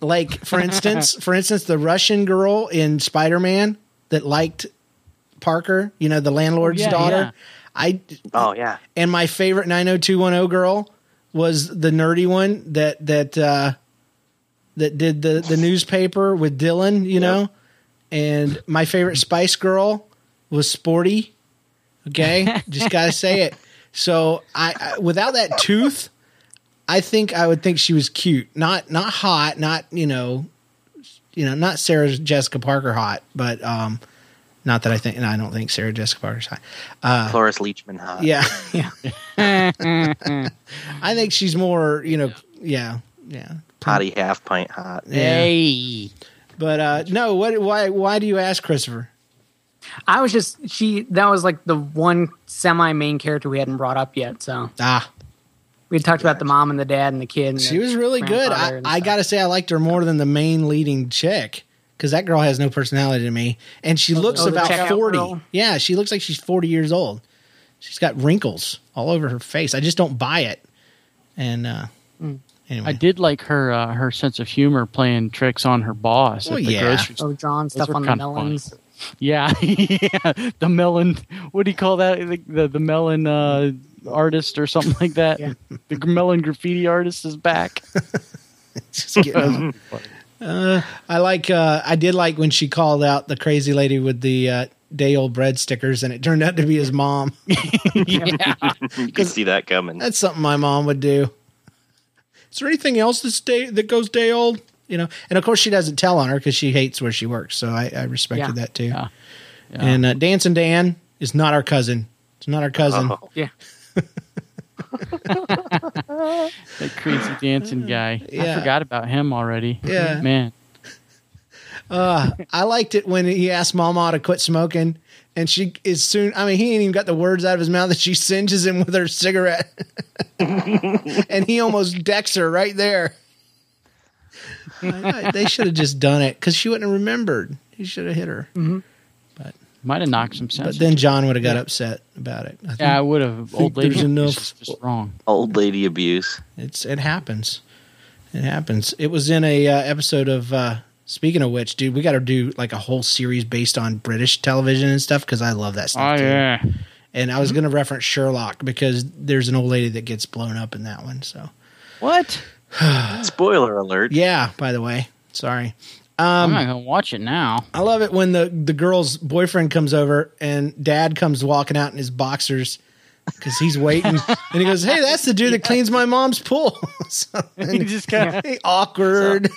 [SPEAKER 1] Like for instance, for instance, the Russian girl in Spider Man that liked Parker, you know, the landlord's
[SPEAKER 2] Yeah,
[SPEAKER 1] daughter.
[SPEAKER 2] yeah.
[SPEAKER 1] I
[SPEAKER 3] Oh yeah.
[SPEAKER 1] and my favorite 90210 girl was the nerdy one that that uh that did the the newspaper with Dylan, you know. And my favorite Spice Girl was Sporty. Okay? Just got to say it. So I, I without that tooth, I think I would think she was cute. Not not hot, not, you know, you know, not Sarah Jessica Parker hot, but um not that I think, and I don't think Sarah Jessica Parker's hot.
[SPEAKER 3] Cloris Leachman hot.
[SPEAKER 1] Yeah.
[SPEAKER 4] Yeah.
[SPEAKER 1] I think she's more, you know, yeah, yeah.
[SPEAKER 3] Potty half pint hot.
[SPEAKER 2] Hey.
[SPEAKER 1] But uh no, what why why do you ask Christopher?
[SPEAKER 4] I was just she. That was like the one semi main character we hadn't brought up yet. So
[SPEAKER 1] Ah,
[SPEAKER 4] we had talked about the mom and the dad and the kid. And
[SPEAKER 1] she
[SPEAKER 4] the
[SPEAKER 1] was really good.
[SPEAKER 4] grandfather
[SPEAKER 1] I,
[SPEAKER 4] and
[SPEAKER 1] I
[SPEAKER 4] stuff.
[SPEAKER 1] got to say I liked her more than the main leading chick cuz that girl has no personality to me and she looks
[SPEAKER 4] oh, the
[SPEAKER 1] about
[SPEAKER 4] checkout
[SPEAKER 1] 40.
[SPEAKER 4] girl?
[SPEAKER 1] Yeah, she looks like she's 40 years old. She's got wrinkles all over her face. I just don't buy it. And uh
[SPEAKER 4] Hmm.
[SPEAKER 1] anyway.
[SPEAKER 2] I did like her uh, her sense of humor playing tricks on her boss
[SPEAKER 1] Well,
[SPEAKER 2] at the
[SPEAKER 1] yeah.
[SPEAKER 2] grocery
[SPEAKER 4] Oh,
[SPEAKER 2] store.
[SPEAKER 4] drawing stuff
[SPEAKER 2] were
[SPEAKER 4] on the
[SPEAKER 2] kinda funny.
[SPEAKER 4] melons.
[SPEAKER 2] Yeah, yeah. The melon. What do you call that? The the, the melon uh, artist or something like that.
[SPEAKER 4] Yeah.
[SPEAKER 2] The gr- melon graffiti artist is back.
[SPEAKER 1] Just kidding. Uh, I like. Uh, I did like when she called out the crazy lady with the uh, day old bread stickers, and it turned out to be his mom.
[SPEAKER 3] You can see that coming.
[SPEAKER 1] That's something my mom would do. Is there anything else that's day that goes day old? You know, and of course she doesn't tell on her because she hates where she works. So I, I respected
[SPEAKER 4] Yeah.
[SPEAKER 1] that too.
[SPEAKER 2] Yeah. Yeah.
[SPEAKER 1] And uh, Dancing Dan is not our cousin. It's not our cousin.
[SPEAKER 3] Oh,
[SPEAKER 4] Yeah.
[SPEAKER 2] That crazy dancing guy.
[SPEAKER 1] Uh, Yeah.
[SPEAKER 2] I forgot about him already.
[SPEAKER 1] Yeah.
[SPEAKER 2] man.
[SPEAKER 1] Uh, I liked it when he asked Mama to quit smoking, and she is soon. I mean, he ain't even got the words out of his mouth that she singes him with her cigarette, and he almost decks her right there. I- I- they should have just done it because she wouldn't have remembered. He should have hit her,
[SPEAKER 2] Might have knocked some sense.
[SPEAKER 1] but then John would have got upset about it. I think
[SPEAKER 2] yeah, I would have. Old lady
[SPEAKER 1] there's enough-
[SPEAKER 2] was just wrong.
[SPEAKER 3] Old lady abuse.
[SPEAKER 1] it's it happens. It happens. It was in a uh, episode of. uh Speaking of which, dude, we got to do like a whole series based on British television and stuff because I love that stuff.
[SPEAKER 2] Oh
[SPEAKER 1] too.
[SPEAKER 2] yeah.
[SPEAKER 1] And I was
[SPEAKER 2] Mm-hmm.
[SPEAKER 1] going to reference Sherlock because there's an old lady that gets blown up in that one. So,
[SPEAKER 2] What?
[SPEAKER 3] Spoiler alert.
[SPEAKER 1] yeah, by the way, sorry. Um,
[SPEAKER 2] I'm not gonna watch it now.
[SPEAKER 1] I love it when the, the girl's boyfriend comes over and dad comes walking out in his boxers because he's waiting. and he goes, Hey, that's the dude that cleans my mom's pool. so,
[SPEAKER 2] he just kind of
[SPEAKER 1] hey, awkward.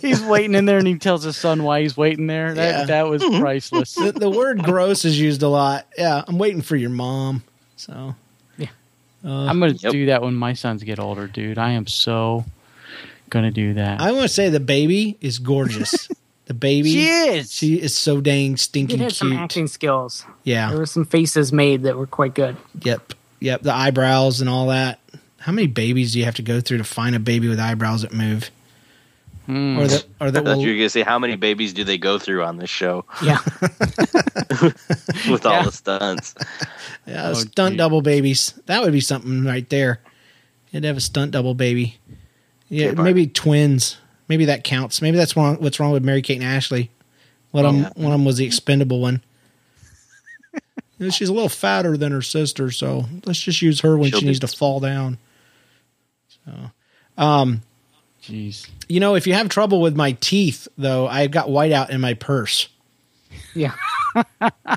[SPEAKER 2] he's waiting in there, and he tells his son why he's waiting there. That
[SPEAKER 1] Yeah.
[SPEAKER 2] that was priceless.
[SPEAKER 1] the, the word gross is used a lot. Yeah, I'm waiting for your mom. So, Uh,
[SPEAKER 2] I'm gonna
[SPEAKER 3] Yep.
[SPEAKER 2] do that when my sons get older, dude. I am so gonna do that.
[SPEAKER 1] I want to say the baby is gorgeous. the baby.
[SPEAKER 2] she is.
[SPEAKER 1] She is so dang
[SPEAKER 4] He
[SPEAKER 1] stinking
[SPEAKER 4] had
[SPEAKER 1] cute.
[SPEAKER 4] some acting skills.
[SPEAKER 1] yeah.
[SPEAKER 4] There were some faces made that were quite good.
[SPEAKER 1] Yep. Yep. The eyebrows and all that. How many babies do you have to go through to find a baby with eyebrows that move?
[SPEAKER 2] Hmm.
[SPEAKER 1] Or that or
[SPEAKER 3] I
[SPEAKER 1] that
[SPEAKER 3] thought you were
[SPEAKER 1] will
[SPEAKER 3] gonna say how many babies do they go through on this show
[SPEAKER 4] Yeah.
[SPEAKER 3] with
[SPEAKER 2] Yeah.
[SPEAKER 3] all the stunts?
[SPEAKER 1] yeah,
[SPEAKER 2] Oh,
[SPEAKER 1] stunt
[SPEAKER 2] gee.
[SPEAKER 1] double babies. That would be something right there. You'd have a stunt double baby. Yeah,
[SPEAKER 3] Okay, Bart.
[SPEAKER 1] maybe twins. Maybe that counts. Maybe that's wrong, what's wrong with Mary Kate and Ashley. One of
[SPEAKER 3] Yeah.
[SPEAKER 1] them, one of them was the expendable one. And She's a little fatter than her sister, so let's just use her when
[SPEAKER 3] She'll
[SPEAKER 1] she
[SPEAKER 3] be-
[SPEAKER 1] needs to fall down.
[SPEAKER 2] Jeez.
[SPEAKER 1] You know, if you have trouble with my teeth, though, I've got whiteout in my purse.
[SPEAKER 4] Yeah. oh,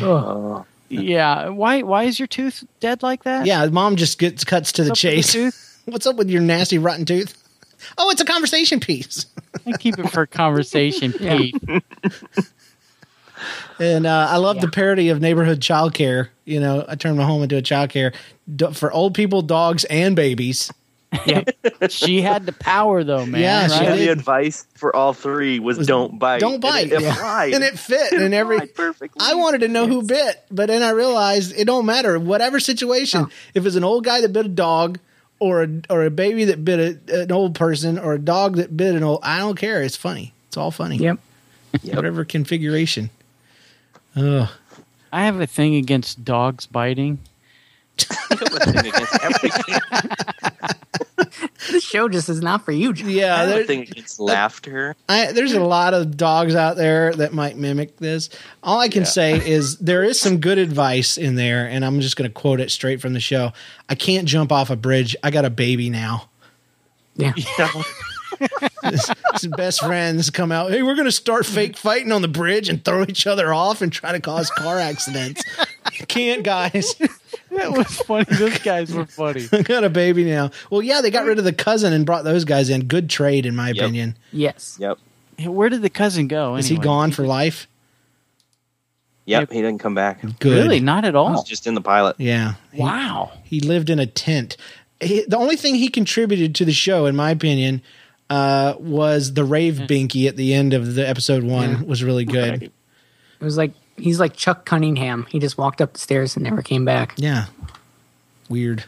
[SPEAKER 3] Oh,
[SPEAKER 2] Yeah. Why why is your tooth dead like that?
[SPEAKER 1] Yeah, mom just gets cuts to the
[SPEAKER 2] Up to the
[SPEAKER 1] chase.
[SPEAKER 2] tooth?
[SPEAKER 1] What's up with your nasty rotten tooth? Oh, it's a conversation piece.
[SPEAKER 2] I keep it for conversation,
[SPEAKER 4] Yeah.
[SPEAKER 2] Pete.
[SPEAKER 1] And uh, I love the
[SPEAKER 4] Yeah.
[SPEAKER 1] parody of neighborhood childcare. You know, I turned my home into a childcare do- for old people, dogs, and babies.
[SPEAKER 4] yeah.
[SPEAKER 2] She had the power though, man.
[SPEAKER 1] Yeah, she
[SPEAKER 2] right?
[SPEAKER 1] did.
[SPEAKER 3] the advice for all three was,
[SPEAKER 1] Was
[SPEAKER 3] don't bite.
[SPEAKER 1] don't bite.
[SPEAKER 3] And it
[SPEAKER 1] Yeah.
[SPEAKER 3] applied.
[SPEAKER 1] And it fit in every.
[SPEAKER 3] applied perfectly.
[SPEAKER 1] I wanted to know who bit, but then I realized it don't matter. Whatever situation, if it's an old guy that bit a dog, or a, or a baby that bit a, an old person, or a dog that bit an old, I don't care. It's funny. It's all funny.
[SPEAKER 4] Yep.
[SPEAKER 3] Yep.
[SPEAKER 1] Whatever configuration. Ugh.
[SPEAKER 2] I have a thing against dogs biting.
[SPEAKER 3] Against everything.
[SPEAKER 4] this show just is not for you, John.
[SPEAKER 1] Yeah, there-
[SPEAKER 3] Everything against laughter.
[SPEAKER 1] I, there's a lot of dogs out there that might mimic this. All I can say is there is some good advice in there, and I'm just going to quote it straight from the show. I can't jump off a bridge. I got a baby now.
[SPEAKER 4] Yeah.
[SPEAKER 1] His best friends come out. Hey, we're going to start fake fighting on the bridge and throw each other off and try to cause car accidents. can't, guys.
[SPEAKER 2] That was funny. Those guys were funny.
[SPEAKER 1] I got a baby now. Well, yeah, they got rid of the cousin and brought those guys in. Good trade, in my
[SPEAKER 3] Yep.
[SPEAKER 1] opinion.
[SPEAKER 4] Yes.
[SPEAKER 3] Yep.
[SPEAKER 2] Hey, Where did the cousin go?
[SPEAKER 1] Is he
[SPEAKER 2] anyway?
[SPEAKER 1] gone for life?
[SPEAKER 3] Yep. He didn't come back. He
[SPEAKER 1] Good.
[SPEAKER 2] Really? Not at
[SPEAKER 3] was
[SPEAKER 2] all.
[SPEAKER 3] just in the pilot.
[SPEAKER 1] Yeah.
[SPEAKER 2] Wow.
[SPEAKER 1] He lived in a tent. He, the only thing he contributed to the show, in my opinion, uh, was the rave binky at the end of the episode one was really good.
[SPEAKER 4] It was like he's like Chuck Cunningham. He just walked up the stairs and never came back.
[SPEAKER 1] Yeah, weird.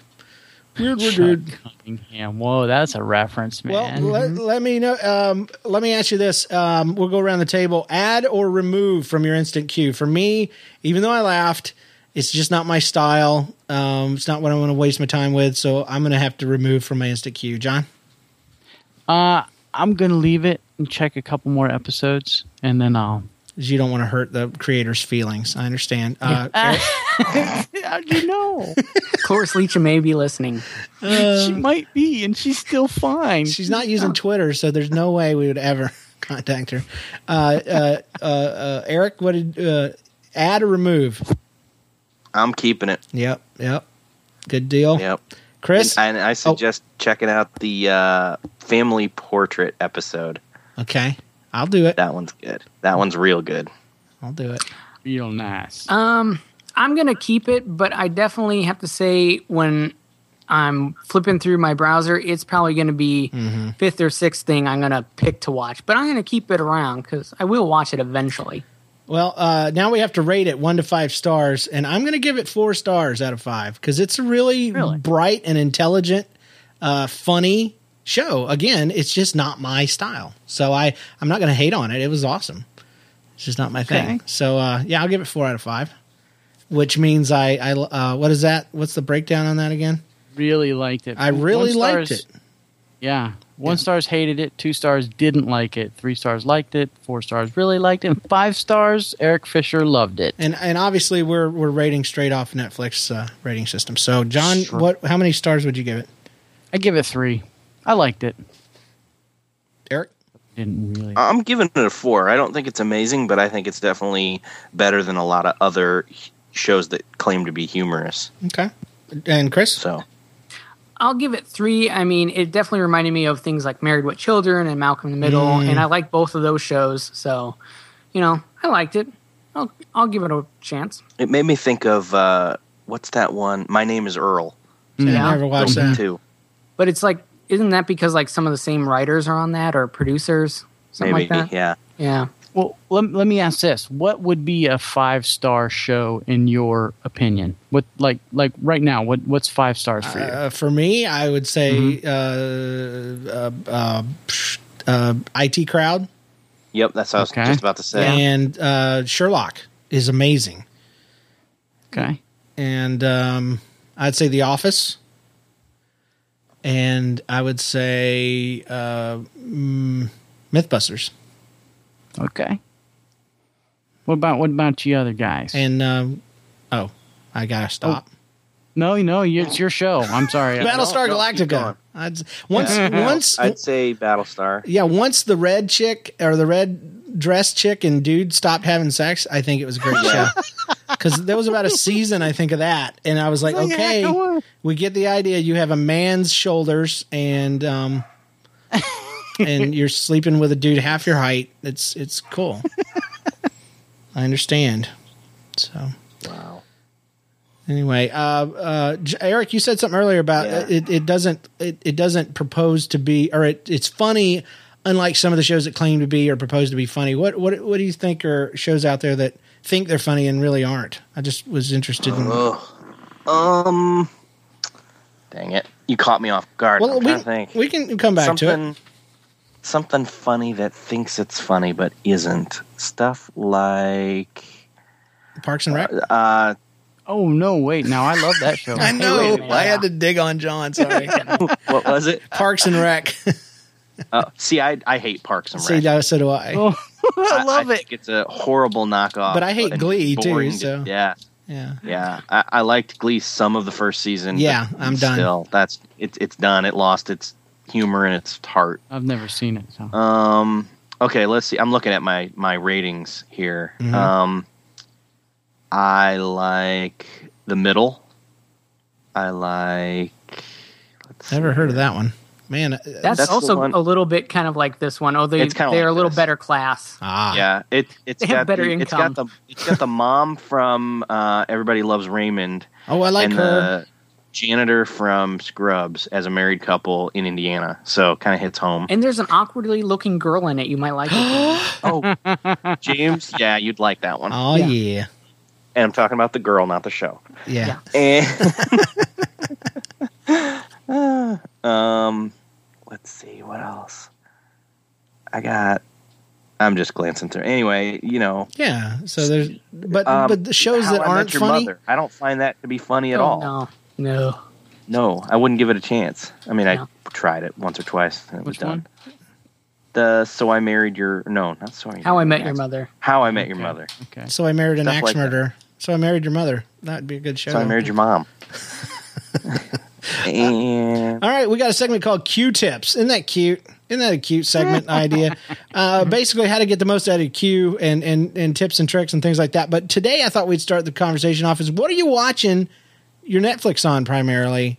[SPEAKER 1] Weird, weird,
[SPEAKER 2] Chuck
[SPEAKER 1] weird.
[SPEAKER 2] Cunningham. Whoa, that's a reference,
[SPEAKER 1] Well,
[SPEAKER 2] man.
[SPEAKER 1] let, let me know. Um, let me ask you this. Um, we'll go around the table. Add or remove from your instant queue. For me, even though I laughed, it's just not my style. Um, it's not what I want to waste my time with. So I'm going to have to remove from my instant queue. John.
[SPEAKER 2] uh, I'm going to leave it and check a couple more episodes, and then I'll.
[SPEAKER 1] is you don't want to hurt the creator's feelings. I understand. Uh, Eric?
[SPEAKER 2] How'd you know?
[SPEAKER 4] Cloris Leacham may be listening.
[SPEAKER 1] Uh,
[SPEAKER 2] she might be, and she's still fine.
[SPEAKER 1] she's not using Twitter, so there's no way we would ever contact her. Uh, uh, uh, uh, Eric, what did uh, add or remove?
[SPEAKER 3] I'm keeping it.
[SPEAKER 1] Yep, yep. Good deal.
[SPEAKER 3] Yep.
[SPEAKER 1] Oh, Chris? Oh.
[SPEAKER 3] And, and I suggest checking out the uh, family portrait episode.
[SPEAKER 1] okay. I'll do it.
[SPEAKER 3] That one's good. That one's real good.
[SPEAKER 1] I'll do it.
[SPEAKER 2] real nice.
[SPEAKER 1] Uh,
[SPEAKER 4] Um, I'm gonna keep it, but I definitely have to say when I'm flipping through my browser, it's probably gonna be
[SPEAKER 1] Hmm. Mm-hmm.
[SPEAKER 4] fifth or sixth thing I'm gonna pick to watch. But I'm gonna keep it around because I will watch it eventually.
[SPEAKER 1] Well, uh, now we have to rate it one to five stars, and I'm going to give it four stars out of five because it's a really,
[SPEAKER 2] Really?
[SPEAKER 1] bright and intelligent, uh, funny show. Again, it's just not my style, so I I'm not going to hate on it. It was awesome. It's just not my thing.
[SPEAKER 2] Okay.
[SPEAKER 1] So uh, yeah, I'll give it four out of five, which means I I uh, what is that? What's the breakdown on that again?
[SPEAKER 2] really liked it.
[SPEAKER 1] I really
[SPEAKER 2] One
[SPEAKER 1] liked
[SPEAKER 2] stars-
[SPEAKER 1] it.
[SPEAKER 2] Yeah. One stars hated it. Two stars didn't like it. Three stars liked it. Four stars really liked it. And five stars, Eric Fisher loved it.
[SPEAKER 1] And and obviously we're we're rating straight off Netflix uh, rating system. So John,
[SPEAKER 2] Sure.
[SPEAKER 1] what how many stars would you give it?
[SPEAKER 2] I give it three. I liked it.
[SPEAKER 1] Eric,
[SPEAKER 2] Didn't really.
[SPEAKER 1] Uh,
[SPEAKER 3] I'm giving it a four. I don't think it's amazing, but I think it's definitely better than a lot of other h- shows that claim to be humorous.
[SPEAKER 1] okay, and Chris.
[SPEAKER 3] So
[SPEAKER 4] I'll give it three. I mean, it definitely reminded me of things like Married with Children and Malcolm in the Middle, and I like both of those shows. So, you know, I liked it. I'll I'll give it a chance.
[SPEAKER 3] it made me think of uh, what's that one? My name is Earl.
[SPEAKER 1] I
[SPEAKER 2] Mm.
[SPEAKER 4] Yeah.
[SPEAKER 1] never watched
[SPEAKER 3] Earl
[SPEAKER 1] that.
[SPEAKER 3] Two.
[SPEAKER 4] But it's like, isn't that because like some of the same writers are on that or producers, something
[SPEAKER 3] Maybe.
[SPEAKER 4] like that?
[SPEAKER 3] yeah.
[SPEAKER 4] yeah.
[SPEAKER 2] Well, let, let me ask this: What would be a five star show in your opinion? What like like right now? What what's five stars for you?
[SPEAKER 1] Uh, for me, I would say
[SPEAKER 2] Mm-hmm.
[SPEAKER 1] uh, uh, uh, psh, uh, IT Crowd
[SPEAKER 3] Yep. That's what
[SPEAKER 2] Okay.
[SPEAKER 3] I was just about to say.
[SPEAKER 1] and uh, Sherlock is amazing,
[SPEAKER 2] okay,
[SPEAKER 1] and um, I'd say The Office, and I would say uh, mm, MythBusters
[SPEAKER 2] okay. What about what about you other guys?
[SPEAKER 1] and um, oh, I gotta stop.
[SPEAKER 2] no, no, you- it's your show. I'm sorry.
[SPEAKER 1] Battlestar
[SPEAKER 3] Oh, no,
[SPEAKER 1] Galactica.
[SPEAKER 3] keep going.
[SPEAKER 1] I'd, once, once,
[SPEAKER 3] I'd say Battlestar.
[SPEAKER 1] Yeah, once the red chick or the red dress chick and dude stopped having sex, I think it was a great show. Because there was about a season, I think, of that. And I was like,
[SPEAKER 2] It's like, Oh, yeah, go
[SPEAKER 1] okay,
[SPEAKER 2] on.
[SPEAKER 1] we get the idea. You have a man's shoulders and um, and you're sleeping with a dude half your height. It's it's cool. I understand. So
[SPEAKER 3] Wow.
[SPEAKER 1] anyway, uh, uh, J- Eric, you said something earlier about
[SPEAKER 3] Yeah.
[SPEAKER 1] it, it doesn't it, it doesn't propose to be or it, it's funny, unlike some of the shows that claim to be or propose to be funny. What what what do you think are shows out there that think they're funny and really aren't? I just was interested in.
[SPEAKER 3] Oh, Ugh. Um. Dang it! You caught me off guard.
[SPEAKER 1] well,
[SPEAKER 3] I'm trying to
[SPEAKER 1] we
[SPEAKER 3] think.
[SPEAKER 1] we can come back to it.
[SPEAKER 3] something, something funny that thinks it's funny but isn't. Stuff like
[SPEAKER 1] Parks and Rec.
[SPEAKER 3] uh,
[SPEAKER 2] Oh no! Wait, now I love that show.
[SPEAKER 1] I know.
[SPEAKER 4] wait a minute.
[SPEAKER 1] I had to dig on John. Sorry.
[SPEAKER 3] what was it?
[SPEAKER 1] Parks and Rec.
[SPEAKER 3] Uh, see, I I hate Parks and
[SPEAKER 1] See,
[SPEAKER 3] Rec.
[SPEAKER 1] now so do I.
[SPEAKER 2] Oh, I love
[SPEAKER 3] I
[SPEAKER 2] it.
[SPEAKER 3] think it's a horrible knockoff.
[SPEAKER 1] But I hate
[SPEAKER 3] and
[SPEAKER 1] Glee, too,
[SPEAKER 3] boring to-
[SPEAKER 1] so-
[SPEAKER 3] yeah,
[SPEAKER 1] Yeah.
[SPEAKER 3] yeah. I, I liked Glee some of the first season. but
[SPEAKER 1] Yeah, I'm done.
[SPEAKER 3] Still, that's it's it's done. It lost its humor and its heart.
[SPEAKER 2] I've never seen it. So.
[SPEAKER 3] Um. Okay, let's see. I'm looking at my my ratings here.
[SPEAKER 1] Mhm.
[SPEAKER 3] Um. I like the middle. I like. let's
[SPEAKER 1] Never
[SPEAKER 3] see
[SPEAKER 1] heard of
[SPEAKER 3] here.
[SPEAKER 1] that one. Man. uh,
[SPEAKER 4] That's,
[SPEAKER 3] That's the
[SPEAKER 4] also
[SPEAKER 3] one-
[SPEAKER 4] a little bit kind of like this one, Oh, although
[SPEAKER 3] It's
[SPEAKER 4] they're
[SPEAKER 3] kinda
[SPEAKER 4] a
[SPEAKER 3] like
[SPEAKER 4] little
[SPEAKER 3] this.
[SPEAKER 4] better class.
[SPEAKER 1] Ah.
[SPEAKER 3] Yeah, it it's
[SPEAKER 4] They
[SPEAKER 3] got
[SPEAKER 4] have better
[SPEAKER 3] the, It's got the
[SPEAKER 4] income.
[SPEAKER 3] it's got the mom from uh, Everybody Loves Raymond
[SPEAKER 1] Oh, I like
[SPEAKER 3] and
[SPEAKER 1] her.
[SPEAKER 3] the janitor from Scrubs as a married couple in Indiana. So kind of hits home.
[SPEAKER 4] And there's an awkwardly looking girl in it. You might like it.
[SPEAKER 3] oh, James, yeah, you'd like that one.
[SPEAKER 1] oh
[SPEAKER 4] yeah.
[SPEAKER 1] yeah.
[SPEAKER 3] And I'm talking about the girl, not the show.
[SPEAKER 1] Yeah.
[SPEAKER 4] Yeah.
[SPEAKER 3] And um, let's see what else. I got. I'm just glancing through. Anyway, you know,
[SPEAKER 1] Yeah. So there's, but
[SPEAKER 3] um,
[SPEAKER 1] but the shows
[SPEAKER 3] How
[SPEAKER 1] that
[SPEAKER 3] I Met
[SPEAKER 1] aren't
[SPEAKER 3] Your
[SPEAKER 1] funny.
[SPEAKER 3] Mother, I don't find that to be funny at
[SPEAKER 4] Oh,
[SPEAKER 3] all.
[SPEAKER 4] No. No.
[SPEAKER 3] No, I wouldn't give it a chance. I mean,
[SPEAKER 4] No.
[SPEAKER 3] I tried it once or twice. And it was
[SPEAKER 2] Which
[SPEAKER 3] done.
[SPEAKER 2] one?
[SPEAKER 3] The So I Married Your No, not So I Married
[SPEAKER 4] How I Met
[SPEAKER 3] Your
[SPEAKER 4] Your
[SPEAKER 3] Ex-
[SPEAKER 4] Mother.
[SPEAKER 3] How I Met Your
[SPEAKER 2] Okay.
[SPEAKER 3] Mother.
[SPEAKER 2] Okay.
[SPEAKER 1] So I married an
[SPEAKER 3] Stuff
[SPEAKER 1] axe
[SPEAKER 3] like that.
[SPEAKER 1] murderer. So I married your mother. That'd be a good show.
[SPEAKER 3] So I Married Your Mom. and
[SPEAKER 1] All right, we got a segment called Q-tips. Isn't that cute? Isn't that a cute segment idea? Uh, basically, how to get the most out of Q and, and and tips and tricks and things like that. But today, I thought we'd start the conversation off is what are you watching your Netflix on primarily?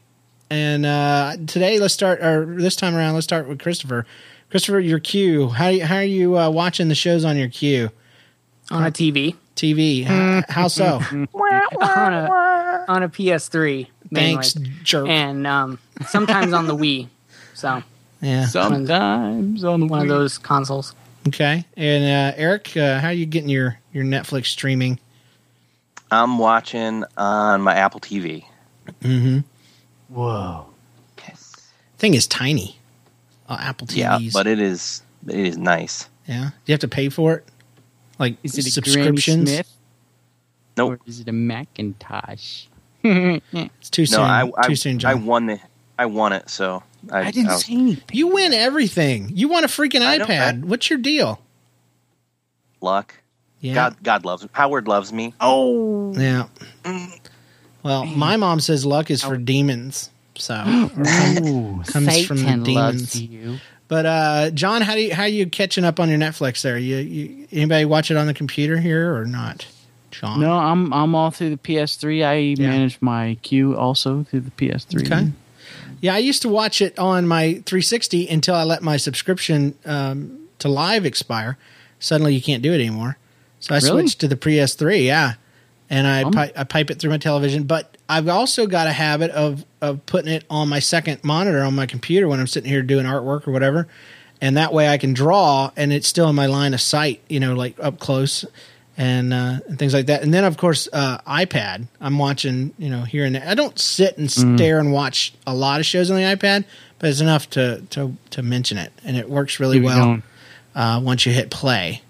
[SPEAKER 1] And uh, today, let's start. Or this time around, let's start with Christopher. Christopher, your Q. How you- how are you uh, watching the shows on your Q
[SPEAKER 4] On a TV.
[SPEAKER 1] TV? How,
[SPEAKER 2] Mm-hmm.
[SPEAKER 1] how so?
[SPEAKER 4] on a on a PS3. Mainly.
[SPEAKER 1] Thanks, jerk.
[SPEAKER 2] eh.
[SPEAKER 4] And um, sometimes on the Wii. So
[SPEAKER 1] yeah.
[SPEAKER 2] Sometimes on
[SPEAKER 4] one of those consoles.
[SPEAKER 1] Okay. And uh, Eric, uh, how are you getting your your Netflix streaming?
[SPEAKER 3] I'm watching on my Apple TV.
[SPEAKER 1] Mm-hmm.
[SPEAKER 2] Whoa.
[SPEAKER 1] Thing is tiny. Uh, Apple TVs.
[SPEAKER 3] Yeah, but it is it is nice.
[SPEAKER 1] yeah. You have to pay for it. Like
[SPEAKER 2] Is it a Graham
[SPEAKER 1] subscriptions?
[SPEAKER 2] Smith?
[SPEAKER 3] Nope.
[SPEAKER 2] Or is it a Macintosh?
[SPEAKER 1] It's too soon.
[SPEAKER 3] No, I I,
[SPEAKER 1] too soon,
[SPEAKER 3] I
[SPEAKER 1] John.
[SPEAKER 3] won it. I won it. So I,
[SPEAKER 2] I didn't
[SPEAKER 3] I was-
[SPEAKER 2] say anything.
[SPEAKER 1] you win everything. You want a freaking
[SPEAKER 3] I know,
[SPEAKER 1] iPad. What's your deal?
[SPEAKER 3] luck.
[SPEAKER 1] Yeah.
[SPEAKER 3] God God loves Howard loves me.
[SPEAKER 2] Oh.
[SPEAKER 1] Yeah.
[SPEAKER 2] Mm.
[SPEAKER 1] Well, my mom says luck is for demons. So, Comes from the
[SPEAKER 2] Satan
[SPEAKER 1] demons.
[SPEAKER 2] loves you.
[SPEAKER 1] but uh, John, how do you, how you catching up on your Netflix? There, you, you anybody watch it on the computer here or not? John,
[SPEAKER 2] No, I'm I'm all through the PS3. I
[SPEAKER 1] Yeah.
[SPEAKER 2] manage my queue also through the PS3.
[SPEAKER 1] Okay. Yeah, I used to watch it on my 360 until I let my subscription um, to Live expire. Suddenly, you can't do it anymore. So I
[SPEAKER 2] Really?
[SPEAKER 1] switched to the PS3. Yeah, and I
[SPEAKER 2] Um.
[SPEAKER 1] pi- I pipe it through my television. But I've also got a habit of of putting it on my second monitor on my computer when I'm sitting here doing artwork or whatever, and that way I can draw and it's still in my line of sight. You know, like up close. And, uh, and things like that, and then of course uh, iPad. I'm watching, you know, here and there. I don't sit and stare and watch a lot of shows on the iPad, but it's enough to to to mention it, and it works really
[SPEAKER 2] Keep it
[SPEAKER 1] well
[SPEAKER 2] going.
[SPEAKER 1] uh, once you hit play.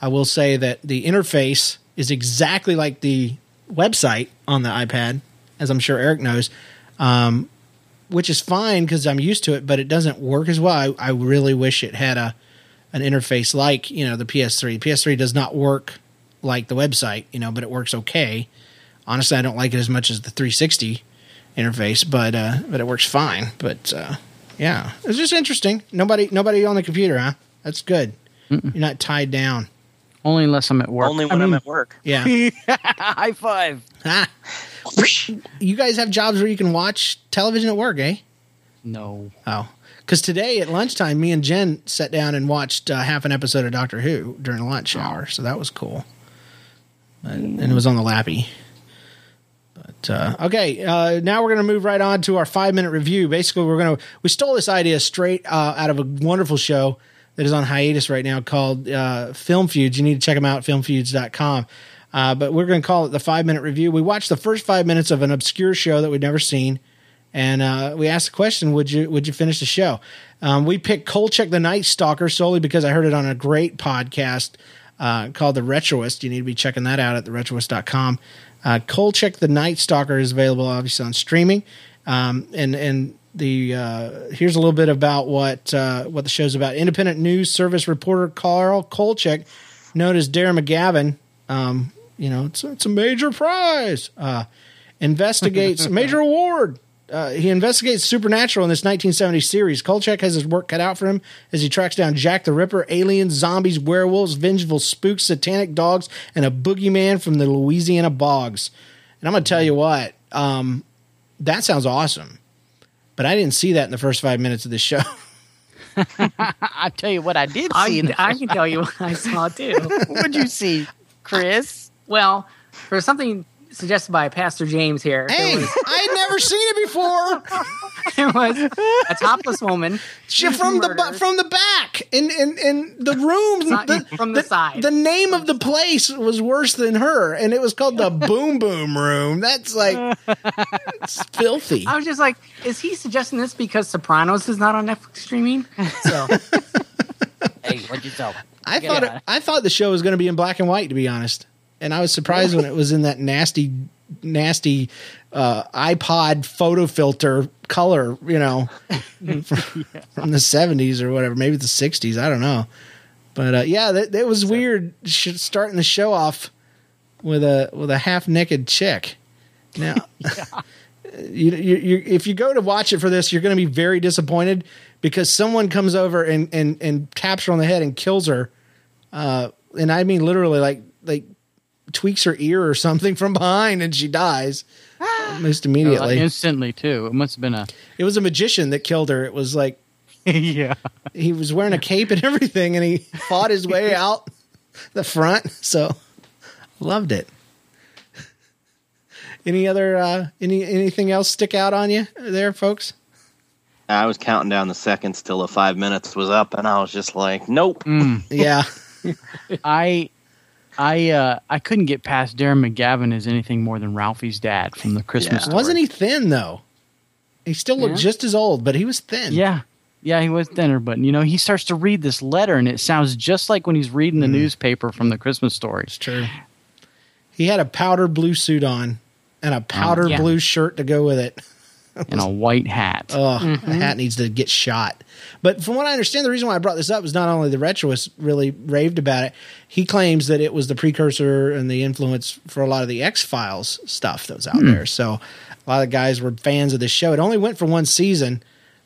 [SPEAKER 1] I will say that the interface is exactly like the website on the iPad, as I'm sure Eric knows, um, which is fine because I'm used to it, but it doesn't work as well. I, I really wish it had a an interface like you know the PS3. PS3 does not work like the website, you know, but it works okay. Honestly, I don't like it as much as the 360 interface, but uh, but it works fine. But uh, yeah, it's just interesting. Nobody nobody on the computer, huh? That's good. You're not tied down.
[SPEAKER 2] Only unless I'm at work.
[SPEAKER 3] Only when I'm at work.
[SPEAKER 1] Yeah.
[SPEAKER 2] High five.
[SPEAKER 1] Ah. you guys have jobs where you can watch television at work, eh?
[SPEAKER 2] No.
[SPEAKER 1] Oh. Because today at lunchtime, me and Jen sat down and watched uh, half an episode of Doctor Who during lunch hour. So that was cool. But- And it was on the lappy. But, uh, okay, uh, now we're going to move right on to our five minute review. Basically, we're going to, we stole this idea straight uh, out of a wonderful show that is on hiatus right now called uh, Film Feuds. You need to check them out, filmfeuds.com. Uh, but we're going to call it the five minute review. We watched the first five minutes of an obscure show that we'd never seen. And uh, we asked the question, would you would you finish the show? Um, we picked Kolchak the Night Stalker solely because I heard it on a great podcast uh, called The Retroist. You need to be checking that out at theretroist.com. Uh, Kolchak the Night Stalker is available obviously on streaming. Um, and and the uh, here's a little bit about what uh, what the show's about. Independent news service reporter Carl Kolchak, known as Darren McGavin, um, you know it's it's a major prize. Uh, investigates major award. Uh, he investigates supernatural in this 1970 series. Kolchak has his work cut out for him as he tracks down Jack the Ripper, aliens, zombies, werewolves, vengeful spooks, satanic dogs, and a boogeyman from the Louisiana bogs. And I'm gonna tell you what, um, that sounds awesome but I didn't see that in the first five minutes of the show.
[SPEAKER 2] I tell you what, I did see.
[SPEAKER 4] I,
[SPEAKER 2] that. Uh,
[SPEAKER 4] I can tell you what I saw too.
[SPEAKER 2] What'd you see, Chris?
[SPEAKER 4] Well, for something suggested by Pastor James here,
[SPEAKER 1] hey,
[SPEAKER 4] there, was,
[SPEAKER 1] I had never seen it before.
[SPEAKER 4] there was a topless woman.
[SPEAKER 1] She from the bu-
[SPEAKER 4] Murders.
[SPEAKER 1] from the back in in, in the room
[SPEAKER 4] Not-
[SPEAKER 1] the-
[SPEAKER 4] from the side.
[SPEAKER 1] The name of the place was worse than her, and it was called the Boom Boom Room. That's like it's filthy.
[SPEAKER 4] I was just like, is he suggesting this because Sopranos is not on Netflix streaming? So
[SPEAKER 2] Hey, what'd you tell?
[SPEAKER 1] I thought it, I thought the show was going to be in black and white, to be honest, and I was surprised when it was in that nasty, nasty uh, iPod photo filter color, you know, from, from the seventies or whatever, maybe the sixties. I don't know, but uh, yeah, that, that was weird. sh- Starting the show off with a with a half naked chick. Now, you, you, you, if you go to watch it for this, you're going to be very disappointed because someone comes over and and and taps her on the head and kills her uh, and I mean literally like like tweaks her ear or something from behind and she dies almost immediately.
[SPEAKER 2] instantly too. It must have been a
[SPEAKER 1] it was a magician that killed her. It was like
[SPEAKER 2] yeah.
[SPEAKER 1] he was wearing a cape and everything and he fought his way out the front. So loved it. Any other uh any anything else stick out on you there, folks?
[SPEAKER 3] I was counting down the seconds till the five minutes was up, and I was just like, "Nope."
[SPEAKER 1] Yeah.
[SPEAKER 2] Mm. I I uh, I couldn't get past Darren McGavin as anything more than Ralphie's dad from the Christmas.
[SPEAKER 3] Yeah.
[SPEAKER 2] Story.
[SPEAKER 1] Wasn't he thin though? He still looked
[SPEAKER 4] Yeah.
[SPEAKER 1] just as old, but he was thin.
[SPEAKER 2] Yeah. Yeah, he was thinner, but you know, he starts to read this letter and it sounds just like when he's reading the newspaper from the Christmas story.
[SPEAKER 1] It's true. He had a powder blue suit on and a powder
[SPEAKER 4] yeah.
[SPEAKER 1] blue shirt to go with it.
[SPEAKER 2] And a white hat.
[SPEAKER 1] Ugh, the hat needs to get shot. But from what I understand, the reason why I brought this up is not only the retroist really raved about it. He claims that it was the precursor and the influence for a lot of the X Files stuff that was out there. So a lot of guys were fans of the show. It only went for one season,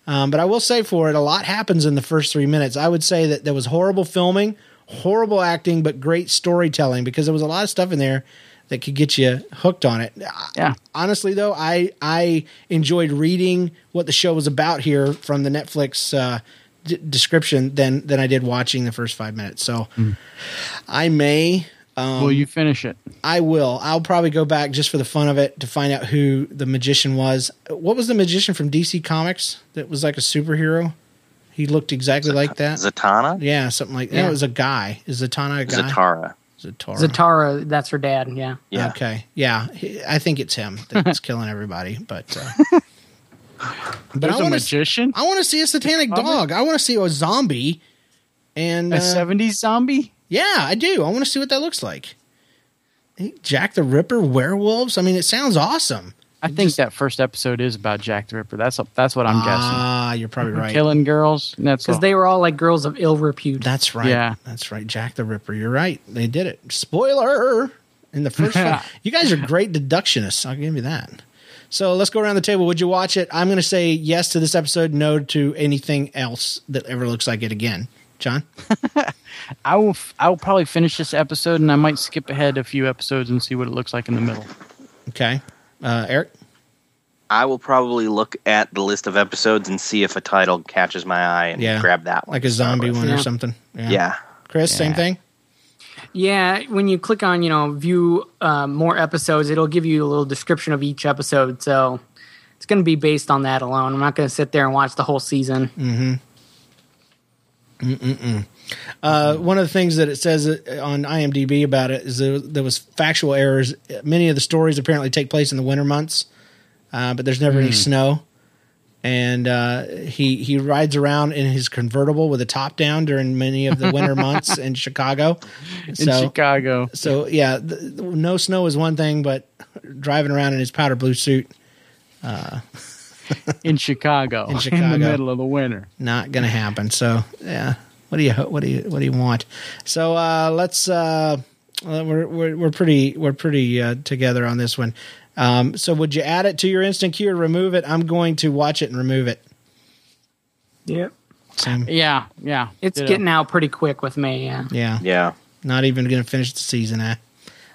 [SPEAKER 1] um, but I will say for it, a lot happens in the first three minutes. I would say that there was horrible filming, horrible acting, but great storytelling because there was a lot of stuff in there that could get you hooked on it. I-
[SPEAKER 2] yeah.
[SPEAKER 1] honestly though i i enjoyed reading what the show was about here from the netflix uh d- description than than i did watching the first five minutes so i may um,
[SPEAKER 2] Will you finish it?
[SPEAKER 1] i will i'll probably go back just for the fun of it to find out who the magician was what was the magician from dc comics that was like a superhero he looked exactly like that
[SPEAKER 3] Zatanna,
[SPEAKER 1] yeah something like that
[SPEAKER 4] Yeah.
[SPEAKER 1] it was a guy is zatanna a guy
[SPEAKER 3] Zatara.
[SPEAKER 1] Zatara.
[SPEAKER 4] Zatara, that's her dad. Yeah.
[SPEAKER 3] Yeah.
[SPEAKER 1] Okay. Yeah, he- I think it's him that's killing everybody. But uh, but I
[SPEAKER 2] There's a
[SPEAKER 1] want to
[SPEAKER 2] magician?
[SPEAKER 1] I want to see a satanic dog. I want to see a zombie. And
[SPEAKER 2] a
[SPEAKER 1] uh,
[SPEAKER 2] 70s zombie?
[SPEAKER 1] yeah, I do. I want to see what that looks like. Jack the Ripper, werewolves. I mean, it sounds awesome.
[SPEAKER 2] I think that first episode is about Jack the Ripper. That's that's what I'm guessing.
[SPEAKER 1] Ah, you're probably right.
[SPEAKER 2] Killing girls. and That's
[SPEAKER 4] Because
[SPEAKER 2] all.
[SPEAKER 4] they were all like girls of ill repute.
[SPEAKER 1] That's right.
[SPEAKER 2] Yeah.
[SPEAKER 1] that's right. Jack the Ripper. You're right. They did it. Spoiler in the first. five- you guys are great deductionists. I'll give you that. So let's go around the table. Would you watch it? I'm going to say yes to this episode, no to anything else that ever looks like it again. John,
[SPEAKER 2] I will f- I will probably finish this episode and I might skip ahead a few episodes and see what it looks like in the middle.
[SPEAKER 1] okay, uh, Eric,
[SPEAKER 3] I will probably look at the list of episodes and see if a title catches my eye and
[SPEAKER 1] Yeah.
[SPEAKER 3] grab that one.
[SPEAKER 1] like a zombie one or
[SPEAKER 4] Yeah.
[SPEAKER 1] something.
[SPEAKER 3] Yeah.
[SPEAKER 1] Chris, same
[SPEAKER 2] Yeah.
[SPEAKER 1] thing.
[SPEAKER 4] Yeah, when you click on, you know, view uh, more episodes, it'll give you a little description of each episode. So it's going to be based on that alone. I'm not going to sit there and watch the whole season.
[SPEAKER 1] Uh, one of the things that it says uh, on IMDb about it is there, there was factual errors. Many of the stories apparently take place in the winter months, uh, but there's never any snow. and uh, he he rides around in his convertible with a top down during many of the winter months in Chicago.
[SPEAKER 2] in Chicago.
[SPEAKER 1] So yeah, th th- no snow is one thing, but driving around in his powder blue suit,
[SPEAKER 2] In Chicago. In
[SPEAKER 1] Chicago.
[SPEAKER 2] the middle of the winter.
[SPEAKER 1] not gonna happen. So yeah, what do you ho- what do you what do you want? So uh, let's uh, uh, we're, we're we're pretty we're pretty uh, together on this one. Um, so would you add it to your instant queue or remove it? I'm going to watch it and remove it.
[SPEAKER 4] Yep.
[SPEAKER 1] Same.
[SPEAKER 2] Yeah, yeah.
[SPEAKER 4] It's
[SPEAKER 2] Ditto.
[SPEAKER 4] getting out pretty quick with me. Yeah.
[SPEAKER 1] Yeah,
[SPEAKER 3] Yeah.
[SPEAKER 1] not even gonna finish the season. Eh?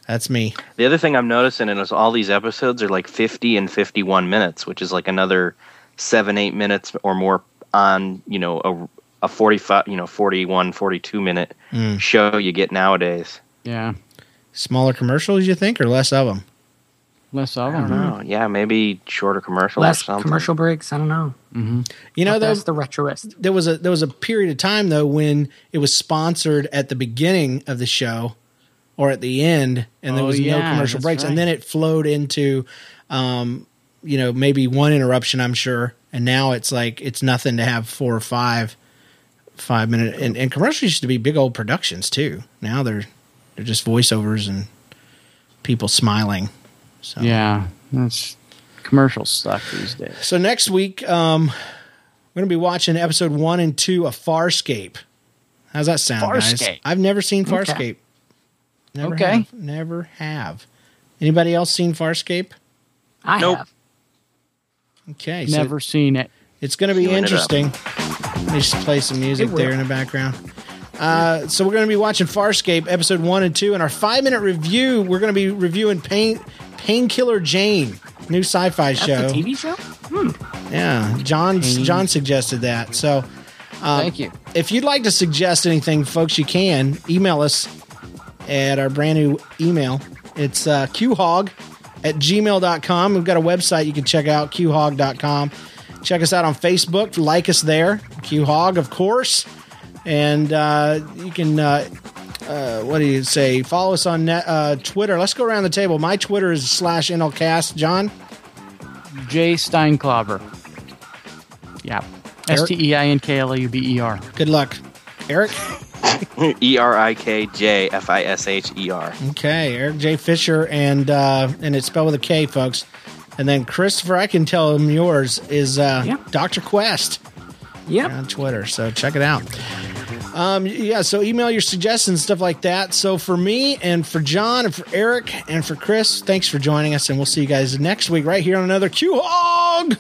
[SPEAKER 1] That's me.
[SPEAKER 3] The other thing I'm noticing is all these episodes are like 50 and 51 minutes, which is like another seven, eight minutes or more on, you know, a, a 45, you know, 41, 42 minute show you get nowadays.
[SPEAKER 2] Yeah.
[SPEAKER 1] Hmm. Smaller commercials, you think, or less of them?
[SPEAKER 2] Less of
[SPEAKER 3] I don't
[SPEAKER 2] them. huh?
[SPEAKER 3] know. Yeah, maybe shorter commercials
[SPEAKER 4] Less
[SPEAKER 3] or something.
[SPEAKER 4] commercial breaks. I don't know.
[SPEAKER 2] Mm-hmm.
[SPEAKER 1] You know, those,
[SPEAKER 4] That's the retroist.
[SPEAKER 1] there was a there was a period of time though when it was sponsored at the beginning of the show or at the end and there
[SPEAKER 2] Oh,
[SPEAKER 1] was no
[SPEAKER 2] yeah,
[SPEAKER 1] commercial
[SPEAKER 2] that's
[SPEAKER 1] breaks and
[SPEAKER 2] right.
[SPEAKER 1] then it flowed into um you know maybe one interruption i'm sure and now it's like it's nothing to have four or five five minute and, and commercials used to be big old productions too now they're they're just voiceovers and people smiling so
[SPEAKER 2] Yeah. That's commercials suck these days.
[SPEAKER 1] so next week, um, we're gonna be watching episode one and two of Farscape. How's that sound, guys?
[SPEAKER 2] Farscape.
[SPEAKER 1] I've never seen Farscape.
[SPEAKER 4] Okay.
[SPEAKER 1] Never
[SPEAKER 2] Okay.
[SPEAKER 1] have. Never have. Anybody else seen Farscape?
[SPEAKER 4] I
[SPEAKER 3] Nope.
[SPEAKER 4] have.
[SPEAKER 1] Okay. so
[SPEAKER 2] Never seen it.
[SPEAKER 1] It's going to be
[SPEAKER 3] Queuing it up.
[SPEAKER 1] interesting. Let me just play some music
[SPEAKER 4] It will.
[SPEAKER 1] there in the background. Uh, so we're going to be watching Farscape episode one and two, and our five minute review. We're going to be reviewing Pain Painkiller Jane, new sci-fi
[SPEAKER 4] That's
[SPEAKER 1] show.
[SPEAKER 4] a TV show.
[SPEAKER 1] Yeah, John John suggested that. So
[SPEAKER 2] Thank you.
[SPEAKER 1] if you'd like to suggest anything, folks, you can email us at our brand new email. It's uh, qhog at gmail.com. We've got a website you can check out, qhog.com. Check us out on Facebook. Like us there, qhog, of course. And uh, you can, uh, uh, what do you say? Follow us on net, uh, Twitter. Let's go around the table. My Twitter is slash NLCast. John?
[SPEAKER 2] Jay Steinklobber. Yeah. S T E I N K L A U B E R.
[SPEAKER 1] Good luck. Eric?
[SPEAKER 3] E R I K J F I S H E R.
[SPEAKER 1] Okay, Eric J. Fisher, and uh, and it's spelled with a K, folks. And then Christopher, I can tell him yours is uh,
[SPEAKER 4] Yeah.
[SPEAKER 1] Doctor Quest
[SPEAKER 4] Yep.
[SPEAKER 1] on Twitter. So check it out. Um, yeah, so email your suggestions, stuff like that. So for me and for John and for Eric and for Chris, thanks for joining us, and we'll see you guys next week right here on another Q Hog.